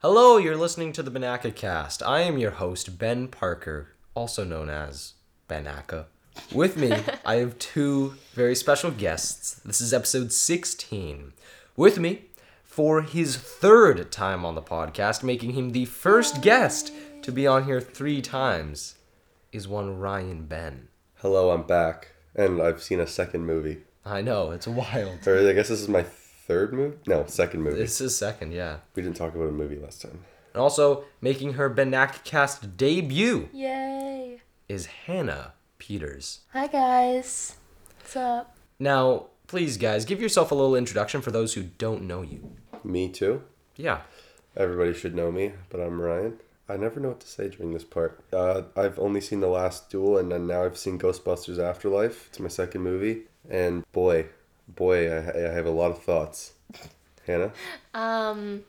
Hello, you're listening to the Banaka Cast. I am your host, Ben Parker, also known as Banaka. With me, I have two very special guests. This is episode 16. With me, for his third time on the podcast, making him the first guest to be on here three times, is one Ryan Ben. Hello, I'm back, and I've seen a second movie. I know, it's wild. Or I guess this is my third movie. No, second movie. It's his second, yeah. We didn't talk about a movie last time. And also, making her Banaka Cast debut Yay! is Hannah Peters. Hi guys. What's up? Now, please, guys, give yourself a little introduction for those who don't know you. Me too. Yeah. Everybody should know me, but I'm Ryan. I never know what to say during this part. Uh, I've only seen The Last Duel, and then now I've seen Ghostbusters Afterlife. It's my second movie, and boy, boy, I, I have a lot of thoughts. Hannah, Um,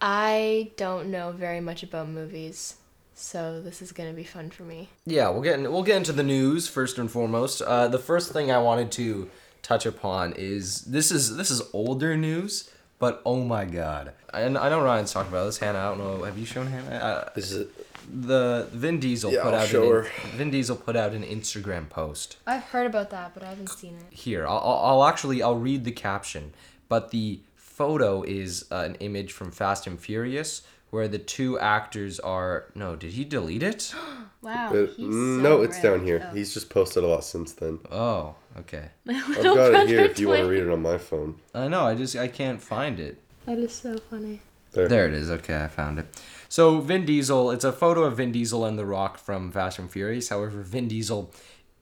I don't know very much about movies, so this is gonna be fun for me. Yeah, we'll get in, we'll get into the news first and foremost. Uh, the first thing I wanted to touch upon is this is this is older news, but oh my god! And I know Ryan's talking about this. Hannah, I don't know. Have you shown Hannah? Uh, this is the Vin Diesel Yeah, put I'll out show an, her. Vin Diesel put out an Instagram post I've heard about that, but I haven't seen it. here I'll, I'll I'll actually i'll read the caption but the photo is uh, an image from fast and furious where the two actors are no did he delete it Wow. uh, no, it's down here. Oh. He's just posted a lot since then. oh okay I've got it here if you want to read it on my phone. i know i just i can't find it That is so funny. There. There it is. Okay, I found it. So Vin Diesel, it's a photo of Vin Diesel and The Rock from Fast and Furious. However, Vin Diesel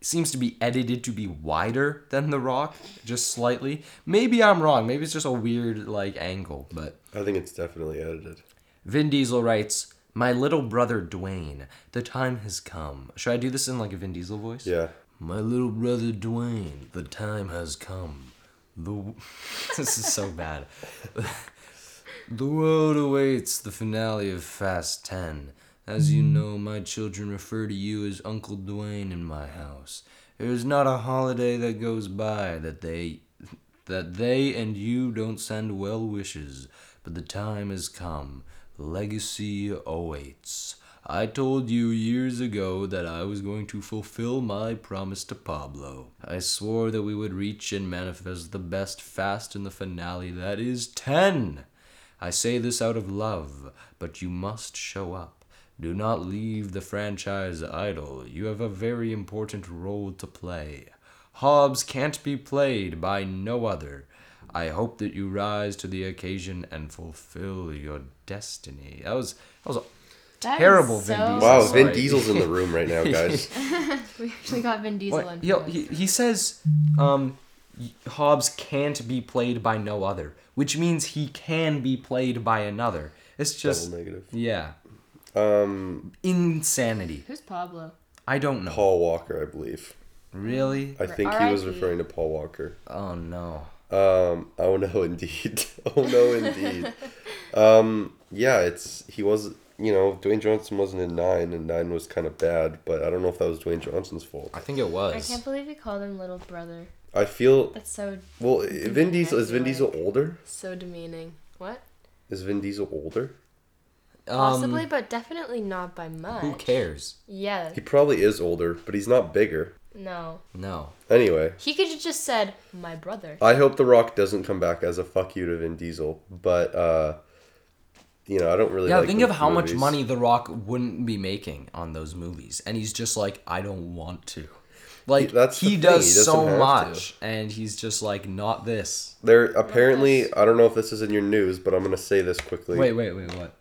seems to be edited to be wider than The Rock, just slightly. Maybe I'm wrong. Maybe it's just a weird like angle, but I think it's definitely edited. Vin Diesel writes, "My little brother Dwayne, the time has come." Should I do this in like a Vin Diesel voice? Yeah. My little brother Dwayne, the time has come. The w- this is so bad. the world awaits the finale of Fast 10. As you know, my children refer to you as Uncle Dwayne in my house. There is not a holiday that goes by that they that they and you don't send well wishes, but the time has come. The legacy awaits. I told you years ago that I was going to fulfill my promise to Pablo. I swore that we would reach and manifest the best fast in the finale that is 10. I say this out of love, but you must show up. Do not leave the franchise idle. You have a very important role to play. Hobbs can't be played by no other. I hope that you rise to the occasion and fulfill your destiny. That was that was Terrible Vin Diesel. Wow, so Vin sorry. Diesel's in the room right now, guys. We actually got Vin Diesel what, in. yo, he, he says um y- Hobbs can't be played by no other, which means he can be played by another. It's just Double negative. yeah, Um, insanity. Who's Pablo? I don't know. Paul Walker, I believe. Really? I think he was RIP. referring to Paul Walker. Oh no. Um, oh no, indeed. oh no, indeed. um, yeah, it's he was. You know, Dwayne Johnson wasn't in nine, and nine was kind of bad. But I don't know if that was Dwayne Johnson's fault. I think it I was. can't believe you called him little brother. I feel That's so well. Vin Diesel is Vin Diesel older? so demeaning. What? Is Vin Diesel older? Possibly, but definitely not by much. Um, Who cares? Yeah. He probably is older, but he's not bigger. No. No. Anyway, He could have just said, my brother. I hope The Rock doesn't come back as a fuck you to Vin Diesel. But uh, you know, I don't really. Yeah, like think those of how much movies. money The Rock wouldn't be making on those movies, and he's just like, I don't want to. Like that's the he thing, does he doesn't so have to. much, and he's just like, not this. There apparently, I don't know if this is in your news, but I'm gonna say this quickly. Wait, wait, wait, what?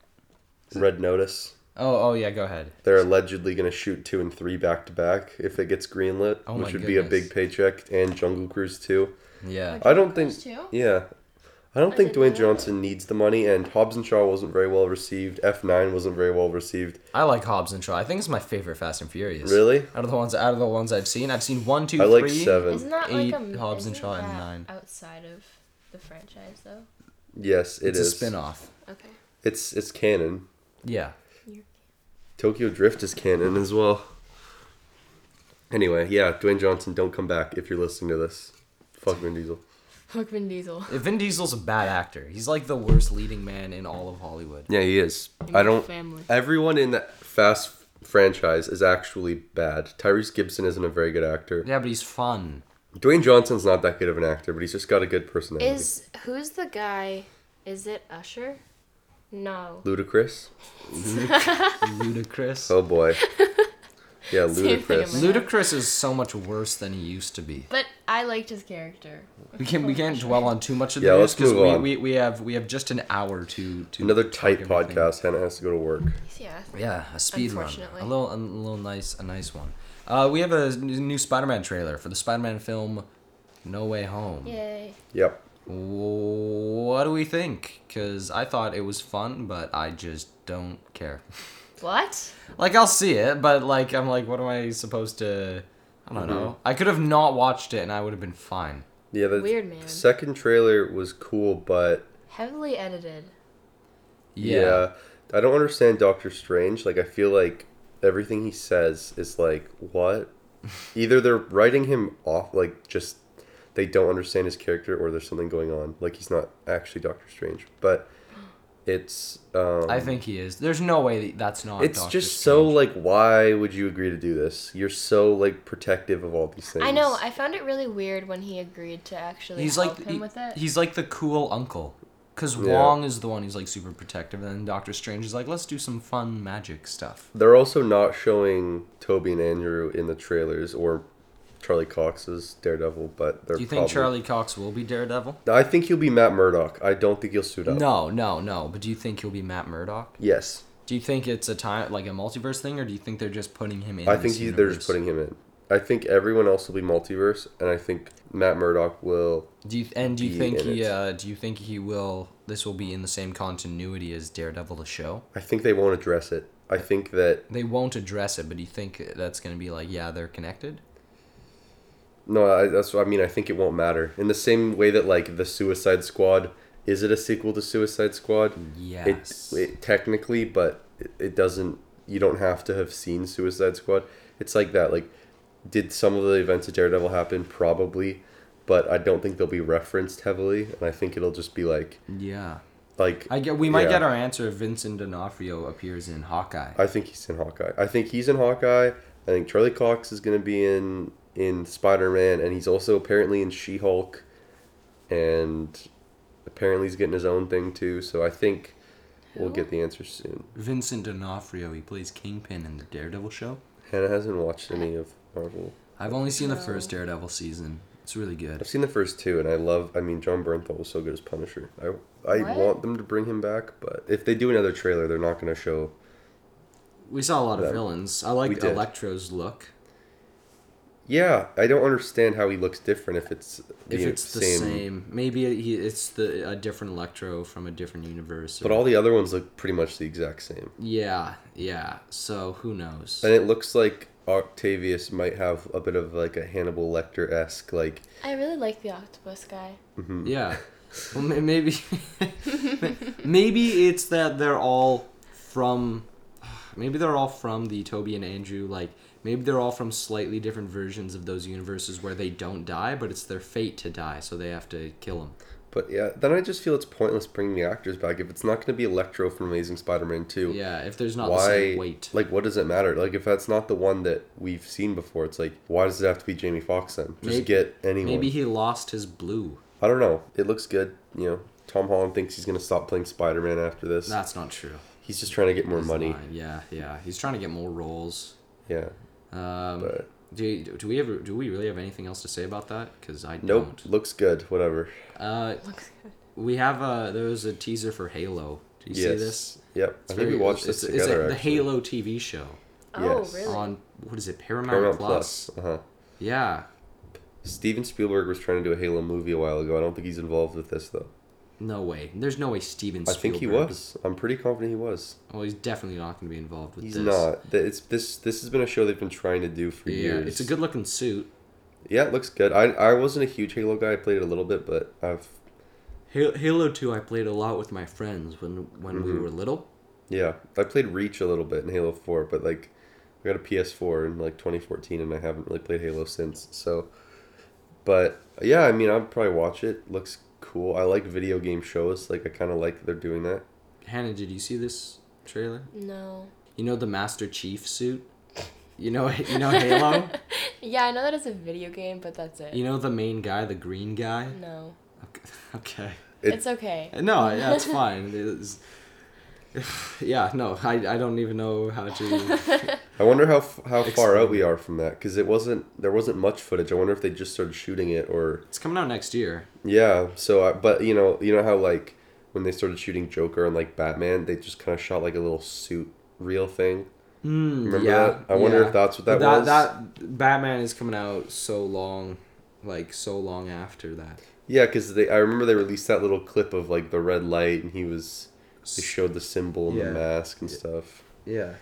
Red Notice. Oh, oh yeah, go ahead. They're allegedly gonna shoot two and three back to back if it gets greenlit, Oh my which would be a goodness. big paycheck. And Jungle Cruise two. Yeah. I don't think. Cruise 2? Yeah, I don't think didn't know Dwayne that. Johnson needs the money. And Hobbs and Shaw wasn't very well received. F nine wasn't very well received. I like Hobbs and Shaw. I think it's my favorite Fast and Furious. Really? Out of the ones out of the ones I've seen, I've seen one, two, I like three. Isn't seven. that Eight, like a Hobbs and isn't Shaw and that nine. outside of the franchise though? Yes, it It's is. a spin-off. Okay. It's it's canon. Yeah. Tokyo Drift is canon as well. Anyway, yeah, Dwayne Johnson, don't come back if you're listening to this. Fuck Vin Diesel. Fuck Vin Diesel. Vin Diesel's a bad actor. He's like the worst leading man in all of Hollywood. Yeah, he is. In I my don't. family. Everyone in the Fast franchise is actually bad. Tyrese Gibson isn't a very good actor. Yeah, but he's fun. Dwayne Johnson's not that good of an actor, but he's just got a good personality. Is who's the guy? Is it Usher? No. Ludacris? Ludacris. Oh boy. Yeah, Same thing in Ludacris. my- Ludacris is so much worse than he used to be. But I liked his character. We can we can't dwell on too much of Yeah, this let's because move we, on. we, we have we have just an hour to to Another tight talk everything. podcast. Hannah has to go to work. Yeah. Yeah, a speed run. Unfortunately. A little, a little nice, a nice one. Uh, we have a n- new Spider-Man trailer for the Spider-Man film, No Way Home. Yay. Yep. What do we think? Cause I thought it was fun, but I just don't care. What? Like I'll see it, but like I'm like, what am I supposed to? I don't know. Mm-hmm. I could have not watched it, and I would have been fine. Yeah, the Weird man. second trailer was cool, but Heavily edited. yeah. I don't understand Doctor Strange. Like, I feel like everything he says is like, what? Either they're writing him off, like, just they don't understand his character, or there's something going on. Like, he's not actually Doctor Strange, but it's. Um, I think he is. There's no way that that's not. It's Doctor just Strange. so like, why would you agree to do this? You're so like protective of all these things. I know. I found it really weird when he agreed to actually he's help like him he- with it. he's like the cool uncle because Yeah. wong is the one who's like super protective and then dr strange is like let's do some fun magic stuff They're also not showing Toby and Andrew in the trailers or Charlie Cox's Daredevil, but they're do you think probably... charlie cox will be daredevil I think he'll be Matt Murdock. I don't think he'll suit up. no no no but do you think he'll be matt murdock Yes, do you think it's a time like a multiverse thing or do you think they're just putting him in I this think he, they're universe? just putting him in. I think everyone else will be multiverse, and I think Matt Murdock will. do you and do you be think in he it. uh do you think he will this will be in the same continuity as daredevil the show I think they won't address it. I think that they won't address it but do you think that's gonna be like yeah they're connected No, I, that's what I mean. I think it won't matter. In the same way that like the Suicide Squad, is it a sequel to Suicide Squad? Yes. It, it technically, but it, it doesn't. You don't have to have seen Suicide Squad. It's like that. Like, did some of the events of Daredevil happen? Probably, but I don't think they'll be referenced heavily, and I think it'll just be like yeah like. I get. We might get yeah. our answer if Vincent D'Onofrio appears in Hawkeye. I think he's in Hawkeye. I think he's in Hawkeye. I think Charlie Cox is gonna be in in Spider Man, and he's also apparently in She Hulk, and apparently he's getting his own thing too. So I think we'll get the answer soon. Vincent D'Onofrio. He plays Kingpin in the Daredevil show. Hannah hasn't watched any of Marvel. I've only seen the No. first Daredevil season. It's really good. I've seen the first two, and I love. I mean, John Bernthal was so good as Punisher. I I What? want them to bring him back, but if they do another trailer, they're not gonna show. We saw a lot of That- villains. I we like did. Electro's look. Yeah, I don't understand how he looks different if it's the If it's the same, maybe he, it's the a different Electro from a different universe. But or- all the other ones look pretty much the exact same. yeah, yeah. So who knows? And it looks like Octavius might have a bit of like a Hannibal Lecter esque like. I really like the octopus guy. mhm. Yeah. Well, may- maybe maybe it's that they're all from maybe they're all from the Toby and Andrew like maybe they're all from slightly different versions of those universes where they don't die but it's their fate to die so they have to kill him. But yeah, then I just feel it's pointless bringing the actors back if it's not going to be Electro from Amazing Spider-Man Two. Yeah, if there's not the Why? same weight. Like, what does it matter? Like, if that's not the one that we've seen before, it's like, why does it have to be Jamie Foxx then? Just Maybe- get anyone. Maybe he lost his blue. I don't know. It looks good. You know, Tom Holland thinks he's going to stop playing Spider-Man after this. That's not true. He's just trying to get more He's money. lying. Yeah, yeah. He's trying to get more roles. Yeah. Um But- do, do we ever do we really have anything else to say about that? Because I Nope. don't. Looks good. Whatever. Uh, Looks good. We have a there was a teaser for Halo. Do you see this? Yep. I think very- we watched it's- this it's a- together. the actually. Halo TV show Oh, Yes. really? on what is it Paramount, Paramount Plus. Plus. Uh-huh. Yeah. Steven Spielberg was trying to do a Halo movie a while ago. I don't think he's involved with this though. No way. There's no way Steven I Spielberg. think he was. I'm pretty confident he was. Well, he's definitely not going to be involved with He's this. not. Th- It's this. This has been a show they've been trying to do for Yeah, years. it's a good looking suit. Yeah, it looks good. I I wasn't a huge Halo guy. I played it a little bit, but I've Halo, Halo 2 I played a lot with my friends when when Mm-hmm. we were little. yeah I played Reach a little bit in Halo Four, but like I got a PS4 in like 2014, and I haven't really played Halo since. So But yeah, I mean, I'd probably watch it. Looks cool. I like video game shows. Like I kind of like they're doing that. Hannah, did you see this trailer? No. You know the Master Chief suit? You know you know Halo? Yeah, I know that it's a video game, but that's it. you know the main guy, the green guy? No. Okay- Okay. It- it's okay. No, yeah, it's fine. It's- yeah, no, I, I don't even know how to. I wonder how f- how far Explain. out we are from that because it wasn't there wasn't much footage. I wonder if they just started shooting it or It's coming out next year. yeah. So I, but you know you know how like when they started shooting Joker and like Batman, they just kind of shot like a little suit reel thing. Mm, Remember yeah, that? I wonder yeah. if that's what that that was. That Batman is coming out so long, like so long after that. Yeah, because they I remember they released that little clip of like the red light and he was they showed the symbol and Yeah. the mask and stuff. Yeah,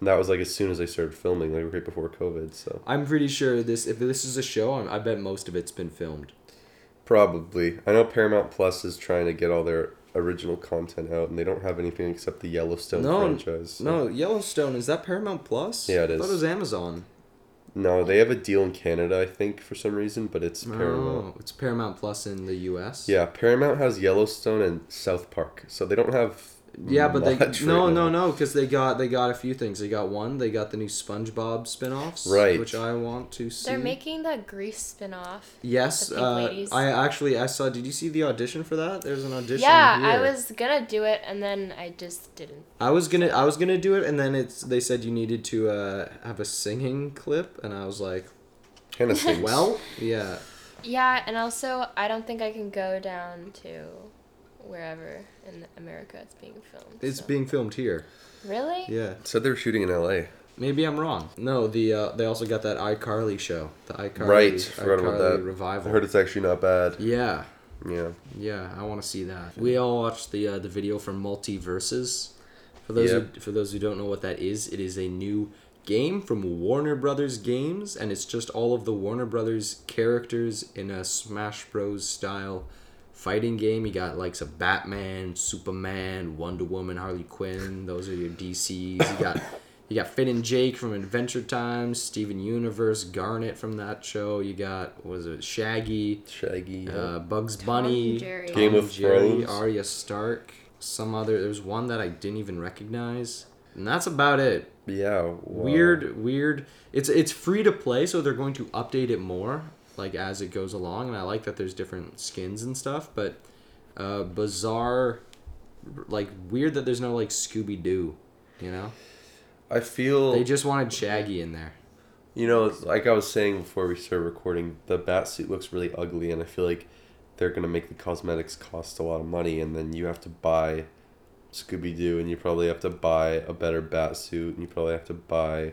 And that was like as soon as they started filming, like right before COVID. So I'm pretty sure this. If this is a show, I'm, I bet most of it's been filmed. probably I know Paramount Plus is trying to get all their original content out, and they don't have anything except the Yellowstone No, franchise. so- No, Yellowstone is that Paramount Plus? Yeah, it I thought is. it was Amazon. no, they have a deal in Canada, I think, for some reason, but it's Oh. Paramount. No, it's Paramount Plus in the U.S. Yeah, Paramount has Yellowstone and South Park, so they don't have. Yeah, but they much no, right no, now. no, because they got they got a few things. They got one. They got the new SpongeBob spin-offs, Right. Which I want to see. They're making that Grease spin-off. Yes, The Pink uh, Ladies. I actually I saw. Did you see the audition for that? There's an audition. Yeah, I here. was gonna do it and then I just didn't. I was gonna I was gonna do it, and then it's they said you needed to uh, have a singing clip, and I was like, Hannah sings. well, yeah, Yeah, and also I don't think I can go down to wherever in America it's being filmed. it's so- being filmed here. Really? Yeah, said they were shooting in L.A. maybe I'm wrong. No, the uh, they also got that iCarly show, the iCarly Right, forgot about iCarly that. I revival. heard it's actually not bad. yeah, Yeah. yeah, I want to see that. We all watched the uh, the video for Multiverses. For those who, for those who don't know what that is, it is a new game from Warner Brothers Games, and it's just all of the Warner Brothers characters in a Smash Bros. style fighting game. You got likes of Batman, Superman, Wonder Woman, Harley Quinn. Those are your DCs. You got you got Finn and Jake from Adventure Time, Steven Universe, Garnet from that show. You got what was it Shaggy? Shaggy. uh, Bugs Bunny, and Jerry. Tom Game and of Jerry, Thrones. Arya Stark, some other. There's one that I didn't even recognize, and that's about it. yeah. wow. Weird, weird. It's it's free to play, so they're going to update it more, like as it goes along. And I like that there's different skins and stuff, but uh, bizarre, like weird that there's no like Scooby Doo. You know, I feel they just wanted Shaggy in there. you know, it's like I was saying before we started recording, the bat suit looks really ugly, and I feel like they're gonna make the cosmetics cost a lot of money, and then you have to buy Scooby Doo, and you probably have to buy a better bat suit, and you probably have to buy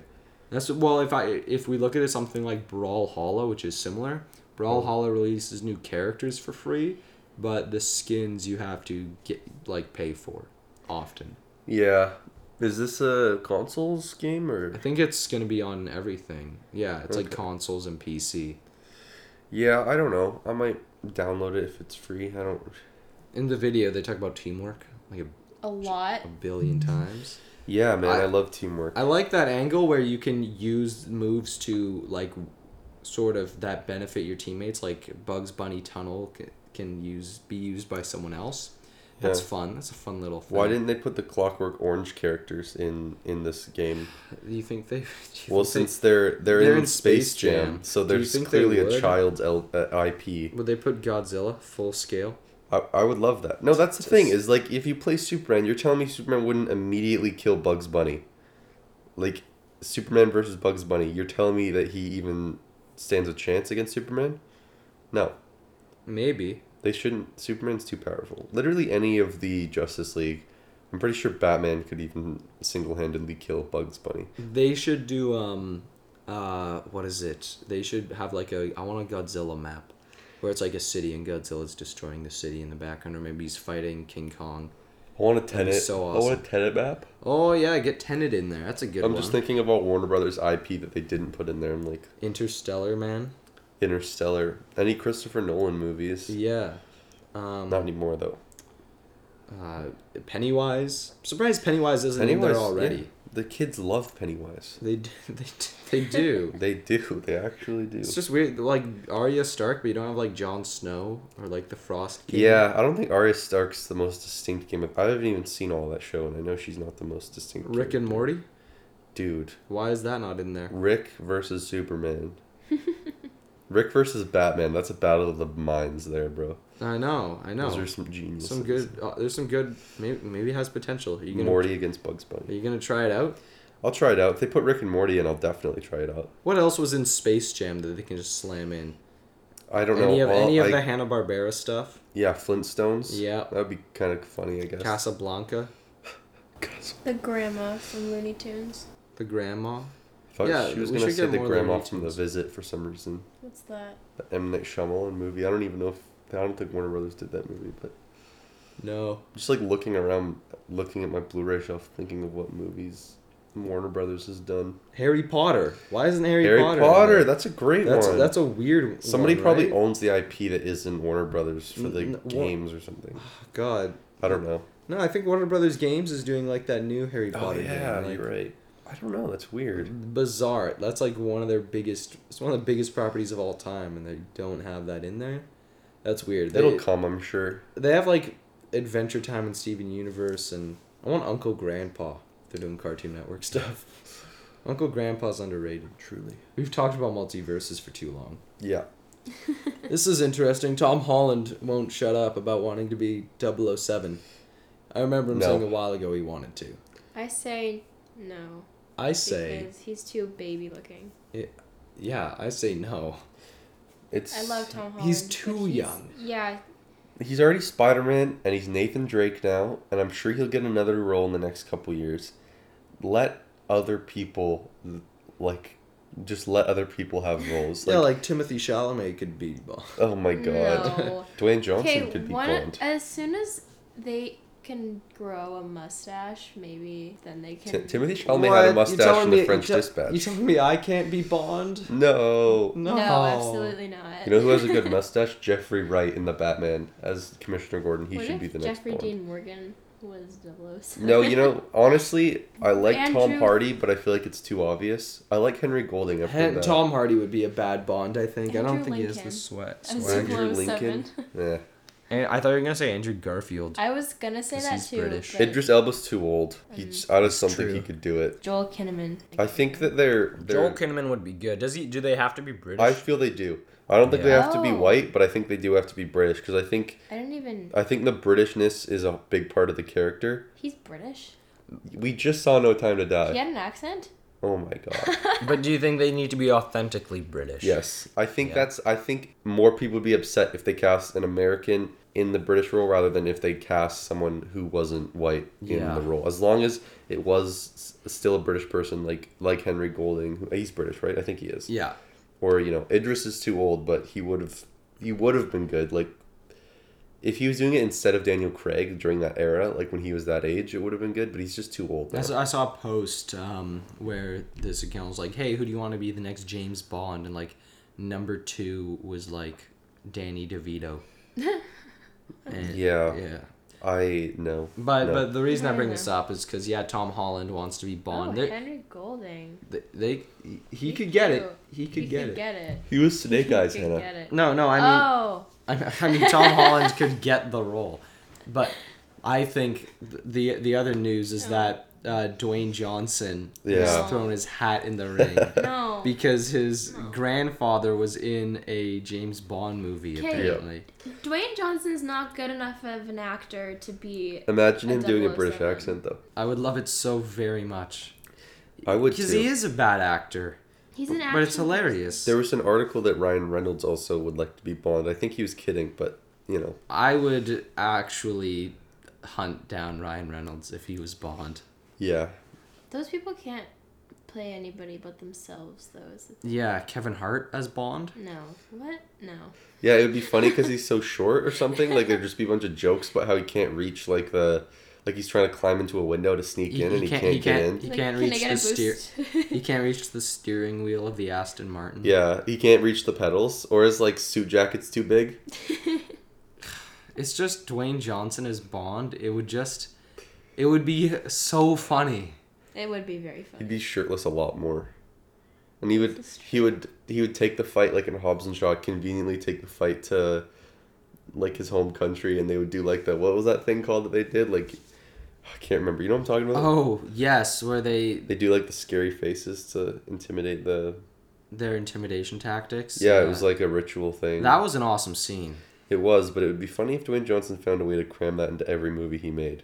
That's well, if I if we look at it something like Brawl Hollow, which is similar, Brawl Hollow releases new characters for free, but the skins you have to get like pay for often. yeah. Is this a consoles game I or? think it's gonna be on everything. Yeah, it's like Okay. consoles and PC. Yeah, I don't know. I might download it if it's free. I don't. In the video, they talk about teamwork like a, A lot. a billion times. Yeah, man, I, I- love teamwork. I like that angle where you can use moves to like sort of that benefit your teammates. Like Bugs Bunny Tunnel c- can use be used by someone else. That's Yeah. fun. That's a fun little. Thing. Why didn't they put the Clockwork Orange characters in in this game? do you think they? do you Well, think they- since they're they're, in, Space Jam, so Do you there's think they clearly a would? child's L- uh, IP. would they put Godzilla full scale? I, I would love that. No, that's the thing is like if you play Superman, you're telling me Superman wouldn't immediately kill Bugs Bunny. Like Superman versus Bugs Bunny, you're telling me that he even stands a chance against Superman? No, Maybe. they shouldn't. Superman's too powerful. Literally any of the Justice League, I'm pretty sure Batman could even single-handedly kill Bugs Bunny. They should do um uh what is it? They should have like a I want a Godzilla map where it's like a city and Godzilla's destroying the city in the background or maybe he's fighting King Kong. I want a That'd be tenant. so I want awesome. a tenant map. Oh yeah, get Tenet in there. That's a good I'm one. just thinking about Warner Brothers IP that they didn't put in there. I'm like Interstellar man. Interstellar, any Christopher Nolan movies. Yeah. Um, Not anymore though. uh, Pennywise. Surprised Pennywise isn't in Pennywise there already. The kids love Pennywise. They d- they d- they do. They do. They actually do. It's just weird, like Arya Stark, but you don't have like Jon Snow or like the Frost King. Yeah, I don't think Arya Stark's the most distinct game. of- I haven't even seen all that show, and I know she's not the most distinct. Rick and character. Morty. Dude, Why is that not in there? Rick versus Superman. Rick versus Batman. That's a battle of the minds, there, bro. I know, I know. Those are some geniuses. Some good. Uh, there's some good. Maybe maybe it has potential. Are you gonna Morty against Bugs Are Bunny. you gonna try it out? I'll try it out. If they put Rick and Morty in, I'll definitely try it out. What else was in Space Jam that they can just slam in? I don't any know. of All- any of I- the Hanna Barbera stuff? yeah, Flintstones. Yeah. that'd be kind of funny, I guess. Casablanca, Cas- The grandma from Looney Tunes. the grandma. Fuck, Yeah, she was we gonna should say get the more grandma Looney from The Tunes. Visit for some reason. What's that? The M Night Shyamalan movie. I don't even know if I don't think Warner Brothers did that movie, but No, just like looking around, looking at my Blu-ray shelf, thinking of what movies Warner Brothers has done. Harry Potter. Why isn't Harry, Harry, Potter. Potter? in there? That's a great that's one. that's a weird. Somebody one, probably right? owns the IP that isn't Warner Brothers for the N- n- Wa- games or something. God. I don't know. No, I think Warner Brothers Games is doing like that new Harry Oh Potter. yeah, game, like, you're right. I don't know. That's Mm-hmm. weird. Bizarre. That's like one of their biggest. It's one of the biggest properties of all time, and they don't have that in there. That's weird. They, It'll come, I'm sure. they have like Adventure Time and Steven Universe, and I want Uncle Grandpa. They're doing Cartoon Network stuff. Uncle Grandpa's underrated. Truly. We've talked about multiverses for too long. Yeah. This is interesting. Tom Holland won't shut up about wanting to be 007. I remember him No. saying a while ago he wanted to. I say no. I say, Because he's too baby looking. yeah, I say no. It's. I love Tom Holland. He's but too young. Yeah, He's already Spider Man and he's Nathan Drake now, and I'm sure he'll get another role in the next couple years. Let other people, like, just let other people have roles. Like, yeah, like Timothy Chalamet could be. Bond. oh my god, No. Dwayne Johnson Okay, could be one Bond. as soon as they can grow a mustache, maybe then they T- can. Timothy Chalamet had a What? You mustache in telling the me- French you te- Dispatch. You telling me I can't be Bond? no. No, no, absolutely not. You know who has a good mustache? Jeffrey Wright in the Batman as Commissioner Gordon. He what should if be the next Jeffrey Bond. Dean Morgan was oh Delos. No, you know, honestly, I like Tom Andrew- Hardy, but I feel like it's too obvious. I like Henry Golding after Hen- that. Tom Hardy would be a bad Bond, I think. I don't Andrew think he has the Lincoln. sweat. As swag. Andrew Lincoln. 007. Yeah. And I thought you were gonna say Andrew Garfield. I was gonna say 'Cause that he's too. British. but Idris Elba's too old. He Mm-hmm. just, I just don't think he true. could do it. Joel Kinnaman. I think that they're, Joel they're Kinnaman would be good. Does he? Do they have to be British? I feel they do. I don't think they Yeah. have to be Oh. white, but I think they do have to be British because I think I don't even. I think the Britishness is a big part of the character. He's British. We just saw No Time to Die. He had an accent. Oh my god. but do you think they need to be authentically British? yes. I think Yeah. that's I think more people would be upset if they cast an American in the British role rather than if they cast someone who wasn't white in Yeah. the role. As long as it was s- still a British person like like Henry Golding, who he's British, right? I think he is. Yeah. or you know Idris is too old, but he would have he would have been good. Like if he was doing it instead of Daniel Craig during that era, like when he was that age, it would have been good. But he's just too old. Now. That's, I saw a post um, where this account was like, "Hey, who do you want to be the next James Bond?" And like, number two was like Danny DeVito. And- Yeah. yeah. I know, But No. but the reason I Yeah, I bring know. this up is because yeah, Tom Holland wants to be Oh, Bond. They're- Henry Golding. they, they he, He's could get it. cute. He could get it. get it. he was Snake Eyes, He could Hannah. get it. No, no, I mean, oh, I, I mean, Tom Holland could get the role, but I think th- the the other news is that uh, Dwayne Johnson Yeah. has thrown his hat in the ring no. because his grandfather was in a James Bond movie Okay. apparently. Dwayne Johnson's not good enough of an actor to be. Imagine A him doing a 007. British accent though. I would love it so very much I would too. because he is a bad actor, He's an actor. but it's hilarious. there was an article that Ryan Reynolds also would like to be Bond. I think he was kidding, but you know, I would actually hunt down Ryan Reynolds if he was Bond. yeah. Those people can't play anybody but themselves, though. Is it? Yeah, Kevin Hart as Bond. No. What? No. Yeah, it would be funny because he's so short or something. Like there'd just be a bunch of jokes about how he can't reach like the like he's trying to climb into a window to sneak He- in he and he can't- can't, he get can't- in. He can't can I reach get a the steer- boost? He can't reach the steering wheel of the Aston Martin. Yeah, he can't reach the pedals, or his like suit jacket's too big. It's just Dwayne Johnson as Bond. It would just, it would be so funny. It would be very He'd funny. be shirtless a lot more. And he would That's he would he would take the fight like in Hobbs and Shaw, conveniently take the fight to like his home country and they would do like the what was that thing called that they did? Like I can't remember. You know what I'm talking about? Oh yes, where they They do like the scary faces to intimidate the their intimidation tactics. Yeah, it was like a ritual thing. that was an awesome scene. it was, but it would be funny if Dwayne Johnson found a way to cram that into every movie he made.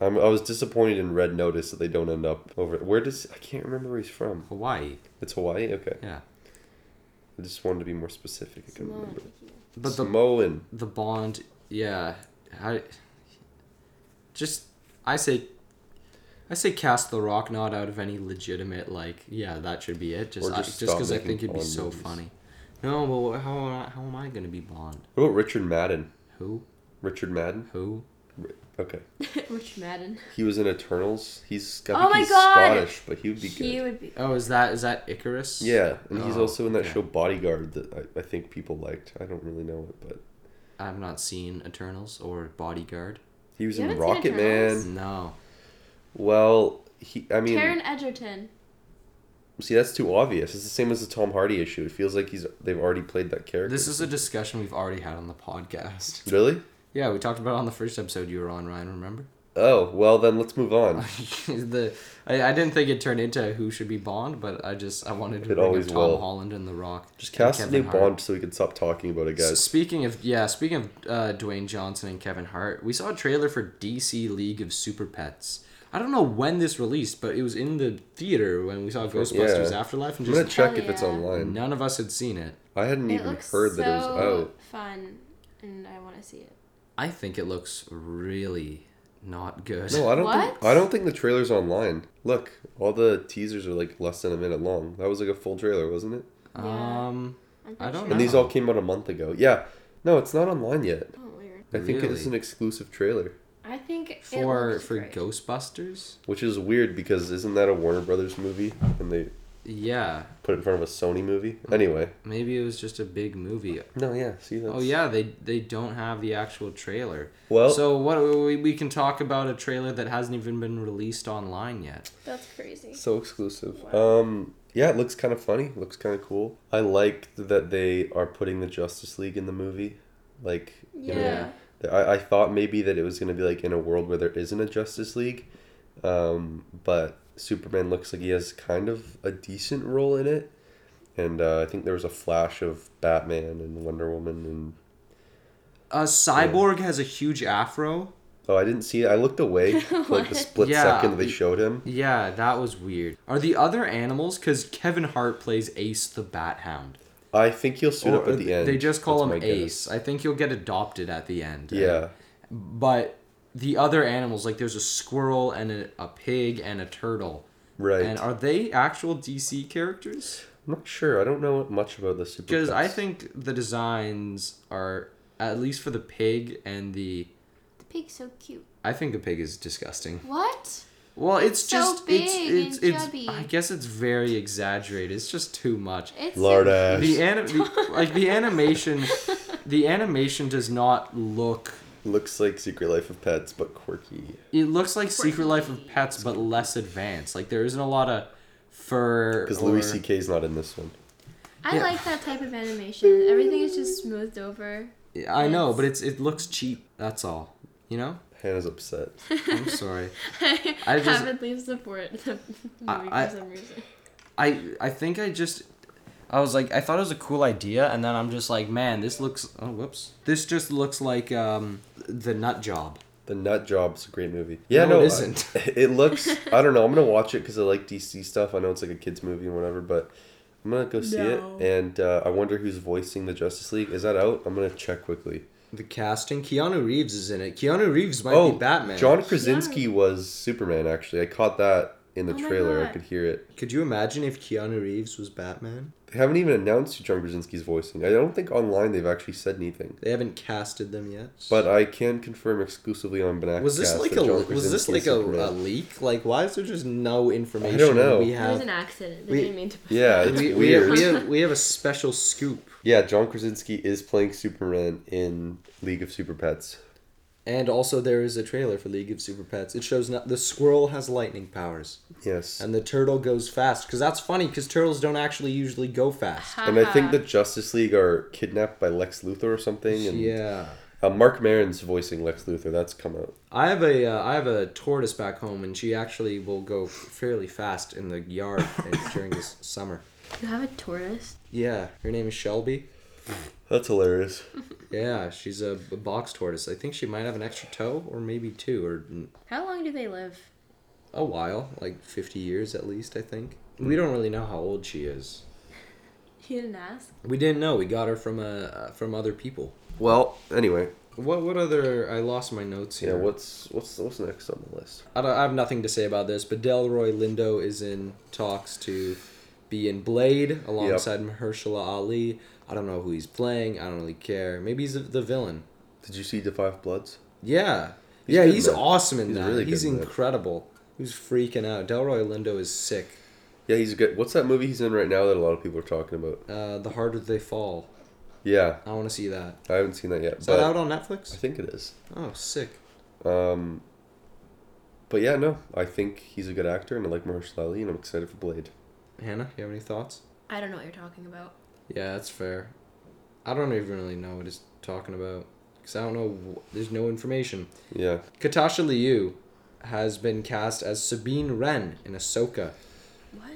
I'm, I was disappointed in Red Notice that they don't end up over. Where does I can't remember where he's from. Hawaii, It's Hawaii. Okay, yeah. I just wanted to be more specific. I couldn't remember. But the Samoan. the Bond, yeah, I just I say. I say cast the Rock not out of any legitimate like yeah that should be it just Or I- just just because stop I think making it'd be Bond so movies. funny. No, but wh- how am I- how am I gonna be Bond? What about Richard Madden? Who Richard Madden. who? Okay, Rich Madden. he was in Eternals. He's I Oh think my he's God! Scottish, but he would be good. He would be. Oh, is that is that Icarus? Yeah, and he's Oh, also in that okay. show Bodyguard that I, I think people liked. I don't really know it, but I've not seen Eternals or Bodyguard. he was You in haven't seen Rocket Eternals? Man. No. Well, he. I mean, Taron Edgerton. see, that's too obvious. It's the same as the Tom Hardy issue. It feels like he's they've already played that character. This is a discussion we've already had on the podcast. really. Yeah, we talked about it on the first episode you were on, Ryan, remember? Oh well, then let's move on. the I, I didn't think it turned into who should be Bond, but I just I wanted to It bring always up Tom will. Holland and The Rock. Just and cast a Kevin new Hart. Bond so we can stop talking about it, So guys. speaking of yeah, speaking of uh, Dwayne Johnson and Kevin Hart, we saw a trailer for DC League of Super Pets. I don't know when this released, but it was in the theater when we saw Ghostbusters yeah. Afterlife, and I'm gonna just check Oh, if it's yeah. online. none of us had seen it. I hadn't It even looks heard so that it was out. fun, and I want to see it. I think it looks really not good. No, I don't. Think, What? I don't think the trailer's online. Look, all the teasers are like less than a minute long. That was like a full trailer, wasn't it? Yeah. um, I'm I pretty don't And know. these all came out a month ago. Yeah. No, it's not online yet. sure. Oh, weird. I think it's Really? an exclusive trailer, I think it for looks for great. Ghostbusters. which is weird because isn't that a Warner Brothers movie? And they Yeah, put it in front of a Sony movie. Anyway. maybe it was just a big movie. Hmm. No, yeah. See that? Oh yeah, they they don't have the actual trailer. Well, so what we, we can talk about a trailer that hasn't even been released online yet. That's crazy. so exclusive. Wow. Um, yeah, it looks kind of funny. Looks kind of cool. I like that they are putting the Justice League in the movie. Like, you Yeah. know, I, I thought maybe that it was going to be like in a world where there isn't a Justice League, um, but Superman looks like he has kind of a decent role in it, and uh, I think there was a flash of Batman and Wonder Woman and Uh, Cyborg has a huge afro. oh I didn't see it. I looked away for like the What? split Yeah. second they showed him. Yeah, that was weird. Are the other animals? Because Kevin Hart plays Ace the Bat Hound. I think he'll suit up Or uh, at the end. They just call That's him my Ace. guess. I think he'll get adopted at the end. Yeah, But the other animals, like there's a squirrel and a, a pig and a turtle. right. And are they actual DC characters? I'm not sure. I don't know much about the super. Because I Pets. think the designs are at least for the pig and the. The pig's so cute. I think the pig is disgusting. What? Well, it's So just it's big it's, and it's chubby. I guess it's very exaggerated. It's just too much. It's Lord so- ass. The anim the- like the animation, the animation does not look. looks like Secret Life of Pets, but quirky. It looks like Secret Life of Pets, but less advanced. Like there isn't a lot of fur. Because or- Louis C.K. is not in this one. I Yeah. like that type of animation. Everything is just smoothed over. I know, but it's it looks cheap. That's all. You know. Hannah's upset. I'm sorry. I, I just- haven't leaves the port the movie I- for some reason. I I think I just I was like I thought it was a cool idea and then I'm just like man this looks oh whoops this just looks like um the nut job The Nut Job's a great movie. Yeah, No, no, it I- isn't. it looks. I don't know. I'm gonna watch it because I like DC stuff. I know it's like a kids movie and whatever, but I'm gonna go see No. it. And uh, I wonder who's voicing the Justice League. Is that out? I'm gonna check quickly. the casting Keanu Reeves is in it Keanu Reeves might be Batman Oh, John Krasinski was Superman. Actually, I caught that in the Oh my trailer. I God. could hear it. could you imagine if Keanu Reeves was Batman They haven't even announced who John Krasinski's voicing. I don't think online they've actually said anything. they haven't casted them yet But I can confirm exclusively on Banana. was this like a was this like a, a leak like why is there just no information know. we It was have an accident. They we- didn't mean to. yeah, it's we, we weird. have, we have we have a special scoop Yeah, John Krasinski is playing Superman in League of Super Pets. And also, there is a trailer for League of Super Pets. It shows not, the squirrel has lightning powers, Yes. And, and the turtle goes fast. Because that's funny, because turtles don't actually usually go fast. I think Ah. the Justice League are kidnapped by Lex Luthor or something. And Yeah. uh, Mark Maron's voicing Lex Luthor. That's come out. I have a uh, I have a tortoise back home, and she actually will go fairly fast in the yard and during this summer. You have a tortoise? Yeah, her name is Shelby. That's hilarious. Yeah, she's a, a box tortoise. I think she might have an extra toe, or maybe two, or n- How long do they live? a while, like fifty years at least. I think we don't really know how old she is. You didn't ask. We didn't know. We got her from uh, uh, from other people. Well, anyway. What what other? I lost my notes Yeah. here. What's what's what's next on the list? I, don't, I have nothing to say about this, but Delroy Lindo is in talks to be in Blade alongside Mahershala Ali. I don't know who he's playing. I don't really care. Maybe he's the, the villain. Did you see The Five Bloods? Yeah, He's yeah, good in he's that. awesome in He's that. really he's good in that. incredible. He was freaking out. Delroy Lindo is sick. Yeah, he's good. What's that movie he's in right now that a lot of people are talking about? Uh, the harder they fall. Yeah, I want to see that. I haven't seen that yet. Is but that out on I Netflix? think it is. Oh, sick. Um, but yeah, no, I think he's a good actor, and I like Mahershala Ali, and I'm excited for Blade. Hannah, you have any thoughts? I don't know what you're talking about. Yeah, that's fair. I don't even really know what he's talking about because I don't know. wh- There's no information. Yeah, Katasha Liu has been cast as Sabine Wren in Ahsoka. What?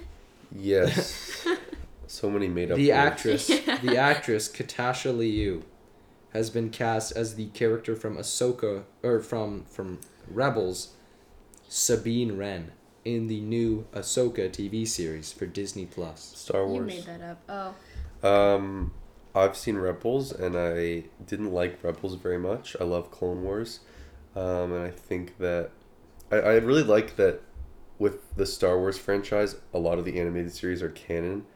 yes. so many made up. The words. actress, the actress Katasha Liu, has been cast as the character from Ahsoka or from from Rebels, Sabine Wren in the new Ahsoka TV series for Disney Plus. Star You Wars. made that up. Oh, Um, I've seen Rebels, and I didn't like Rebels very much. I love Clone Wars, um, and I think that I, I really like that with the Star Wars franchise, a lot of the animated series are canon,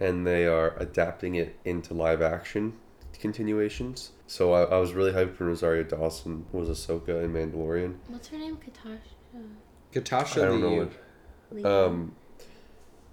and they are adapting it into live action continuations. So I, I was really hyped when Rosario Dawson was Ahsoka in Mandalorian. what's her name? Katasha. Katasha I don't Liu. know what Lee? Uh, um,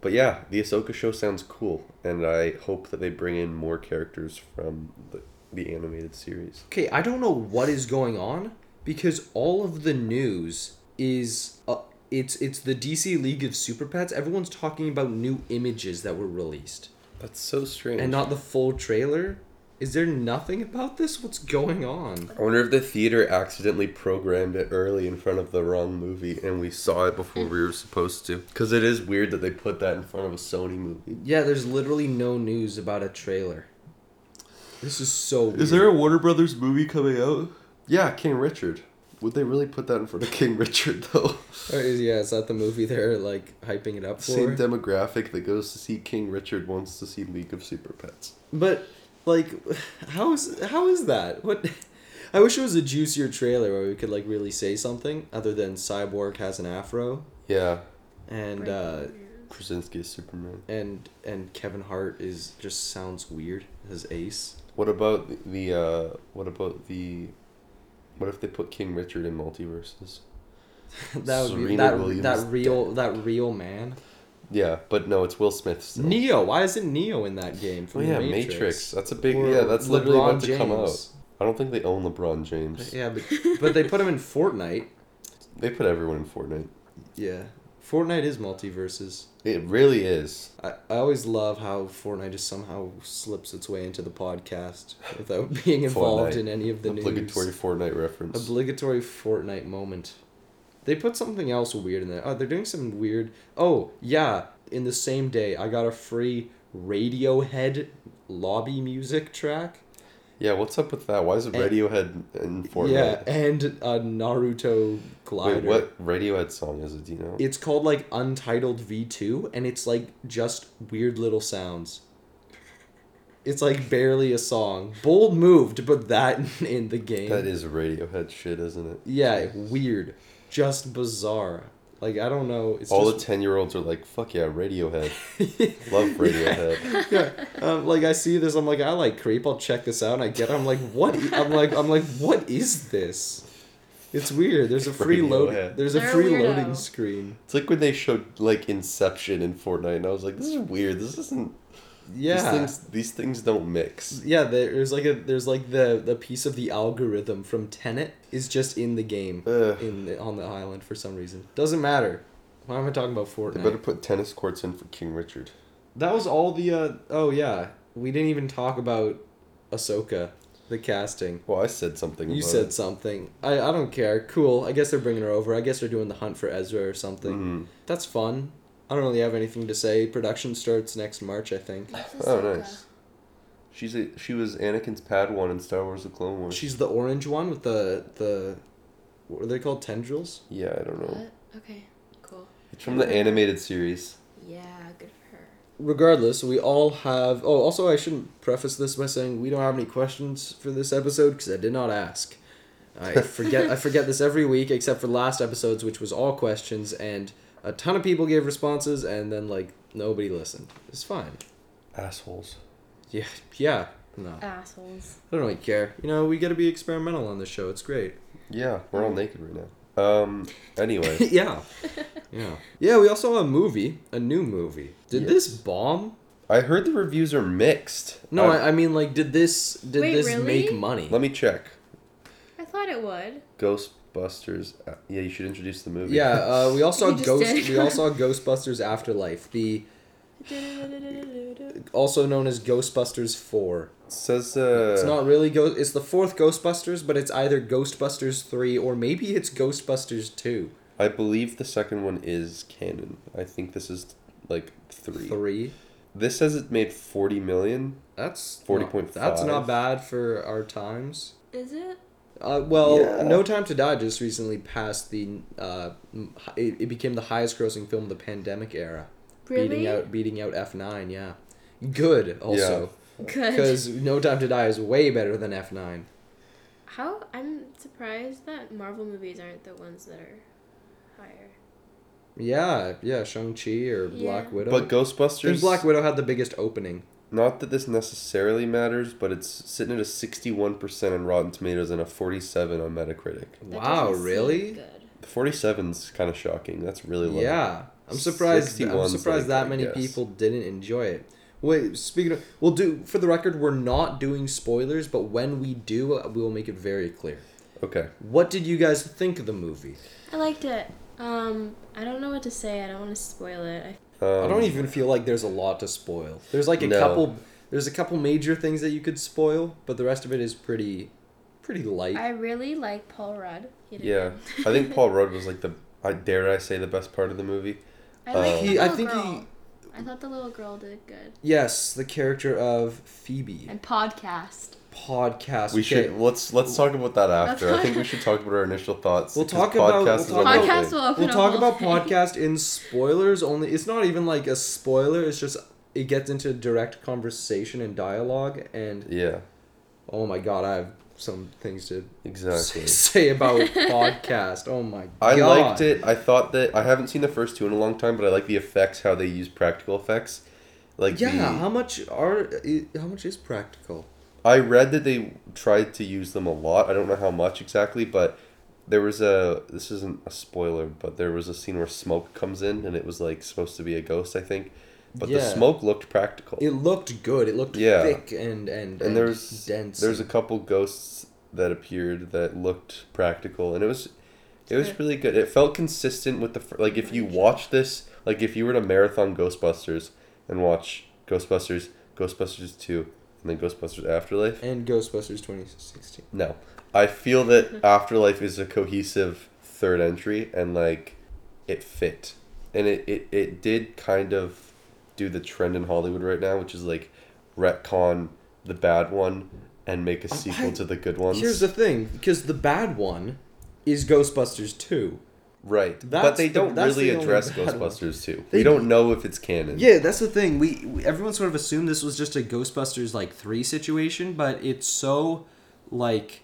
but yeah, the Ahsoka show sounds cool, and I hope that they bring in more characters from the, the animated series. Okay, I don't know what is going on because all of the news is uh, it's it's the DC League of Super Pets. Everyone's talking about new images that were released That's so strange. and not the full trailer. Is there nothing about this? What's going on? I wonder if the theater accidentally programmed it early in front of the wrong movie, and we saw it before we were supposed to. Because it is weird that they put that in front of a Sony movie. Yeah, there's literally no news about a trailer. This is so weird. a Warner Brothers movie coming out? Yeah, King Richard. Would they really put that in front of King Richard though? Or is- yeah, is that the movie they're like hyping it up for? Same demographic that goes to see King Richard wants to see League of Super Pets. But like, how is how is that? What? I wish it was a juicier trailer where we could like really say something other than Cyborg has an afro Yeah, and Breaking uh, news. Krasinski is Superman. and and Kevin Hart is just sounds weird as Ace. What about the- the uh what about the what if they put King Richard in multiverses? that would be Serena that, Williams that real that real man. Yeah, but no, it's Will Smith still. Neo, why isn't Neo in that game? oh from yeah, the Matrix. That's a big yeah, Or that's literally LeBron about to come out. James. I don't think they own LeBron James. Yeah, but but they put him in Fortnite. They put everyone in Fortnite. Yeah, Fortnite is multiverses. It really is. I, I always love how Fortnite just somehow slips its way into the podcast without being involved Fortnite. in any of the Obligatory news. Fortnite reference. Obligatory Fortnite moment. They put something else weird in there. Oh, they're doing some weird. Oh, yeah. In the same day, I got a free Radiohead lobby music track. yeah, what's up with that? Why is Radiohead in Fortnite? Yeah, and a Naruto glider. Wait, what Radiohead song is it? Do you know? It's called like Untitled V2, and it's like just weird little sounds. It's like barely a song. Bold moved, but that in the game. that is Radiohead shit, isn't it? Yeah, weird. Just bizarre. Like, I don't know. It's All the just. ten year olds are like, "Fuck yeah, Radiohead." Love Radiohead. yeah. Um, like, I see this, I'm like, I like creep, I'll check this out, and I get it, I'm like, what? i- I'm like, I'm like, what is this? It's weird. There's a free load. Radiohead. There's a They're a free weirdo. loading screen. It's like when they showed like Inception in Fortnite, and I was like, "This is weird. This isn't Yeah. These things these things don't mix. Yeah, there's like a there's like the the piece of the algorithm from Tenet is just in the game Ugh. in the, on the island for some reason. Doesn't matter. Why am I talking about They Fortnite? better put tennis courts in for King Richard. that was all the uh oh yeah. We didn't even talk about Ahsoka, the casting. Well, I said something. You about said it. something. I, I don't care. Cool. I guess they're bringing her over. I guess they're doing the hunt for Ezra or something. Mhm. That's fun. I don't really have anything to say. Production starts next March, I think. Oh, uh, nice. She's a, she was Anakin's Padawan in Star Wars: The Clone Wars. She's the orange one with the the what are they called tendrils? yeah, I don't know. What? Okay. Cool. It's from the animated series. Yeah. Good for her. Regardless, we all have. Oh, also, I shouldn't preface this by saying we don't have any questions for this episode because I did not ask. I forget. I forget this every week, except for last episode's, which was all questions, and a ton of people gave responses, and then like nobody listened. It's fine. Assholes. Yeah, yeah. No, I Assholes. don't really care. You know, we got to be experimental on this show. It's great. Yeah, we're all naked right now. Um. Anyway, yeah, yeah, yeah. We also have a movie, a new movie. Did this bomb? I heard the reviews are mixed. No, I, I, I mean like, did this did Wait, this really? make money? let me check. I thought it would. Ghostbusters. uh, yeah, you should introduce the movie. Yeah, uh, we all saw You just Ghost. did. we all saw Ghostbusters Afterlife, the also known as Ghostbusters Four. It says uh, It's not really Ghost. It's the fourth Ghostbusters, but it's either Ghostbusters Three or maybe it's Ghostbusters Two. I believe the second one is canon. I think this is like three. Three. This says it made forty million. That's not- 40.5. That's not bad for our times. Is it? Uh, well, Yeah. No Time to Die just recently passed the. Uh, m- hi- it, it became the highest-grossing film of the pandemic era, beating Really? out beating out F nine. Yeah, good also. Yeah. Good. Because No Time to Die is way better than F9. How? I'm surprised that Marvel movies aren't the ones that are higher. Yeah, yeah, Shang-Chi or Yeah. Black Widow. But I think Ghostbusters. Black Widow had the biggest opening. Not that this necessarily matters, but it's sitting at a sixty-one percent on Rotten Tomatoes and a forty-seven on Metacritic. That wow, doesn't seem really? Good. The 47's kind of shocking. That's really low. Yeah. I'm surprised I'm 61's surprised like, that I many guess. people didn't enjoy it. Wait, speaking of, we'll do for the record, we're not doing spoilers, but when we do, uh, we will make it very clear. Okay. What did you guys think of the movie? I liked it. Um, I don't know what to say. I don't want to spoil it. I Um, I don't even feel like there's a lot to spoil. There's like a No. couple there's a couple major things that you could spoil, but the rest of it is pretty pretty light. I really like Paul Rudd. He did Yeah, good. I think Paul Rudd was like the. I dare I say the best part of the movie. I like um, the He- I little think girl. he- I thought the little girl did good. Yes, the character of Phoebe. And podcast. Podcast. We okay. should let's let's talk about that after. I think we should talk about our initial thoughts. We'll because talk about- podcast we'll is talk another about- Podcast thing. will open We'll a talk whole about thing. podcast in spoilers only. It's not even like a spoiler. It's just it gets into direct conversation and dialogue. And Yeah, oh my god, I have some things to exactly. say about podcast. Oh my god, I liked it. I thought that I haven't seen the first two in a long time, but I like the effects, how they use practical effects. Like Yeah, the, how much are i- how much is practical? I read that they tried to use them a lot. I don't know how much exactly, but there was a this isn't a spoiler, but there was a scene where smoke comes in and it was like supposed to be a ghost, I think. But the Yeah. smoke looked practical. It looked good. It looked Yeah. thick and and and there's dense. there's a couple ghosts that appeared that looked practical and it was it was really good it felt consistent with the fir- like if you watch this like if you were to marathon ghostbusters and watch ghostbusters ghostbusters 2 and then ghostbusters afterlife and Ghostbusters 2016. no i feel that afterlife is a cohesive third entry and like it fit and it, it it did kind of do the trend in hollywood right now which is like retcon the bad one and make a sequel to the good ones Oh, Here's the thing, because the bad one is Ghostbusters 2. Right. That's but they the- don't that's really the only address bad one. Ghostbusters 2. They we don't know if it's canon. Yeah, that's the thing. We, we everyone sort of assumed this was just a Ghostbusters like 3 situation, but it's so like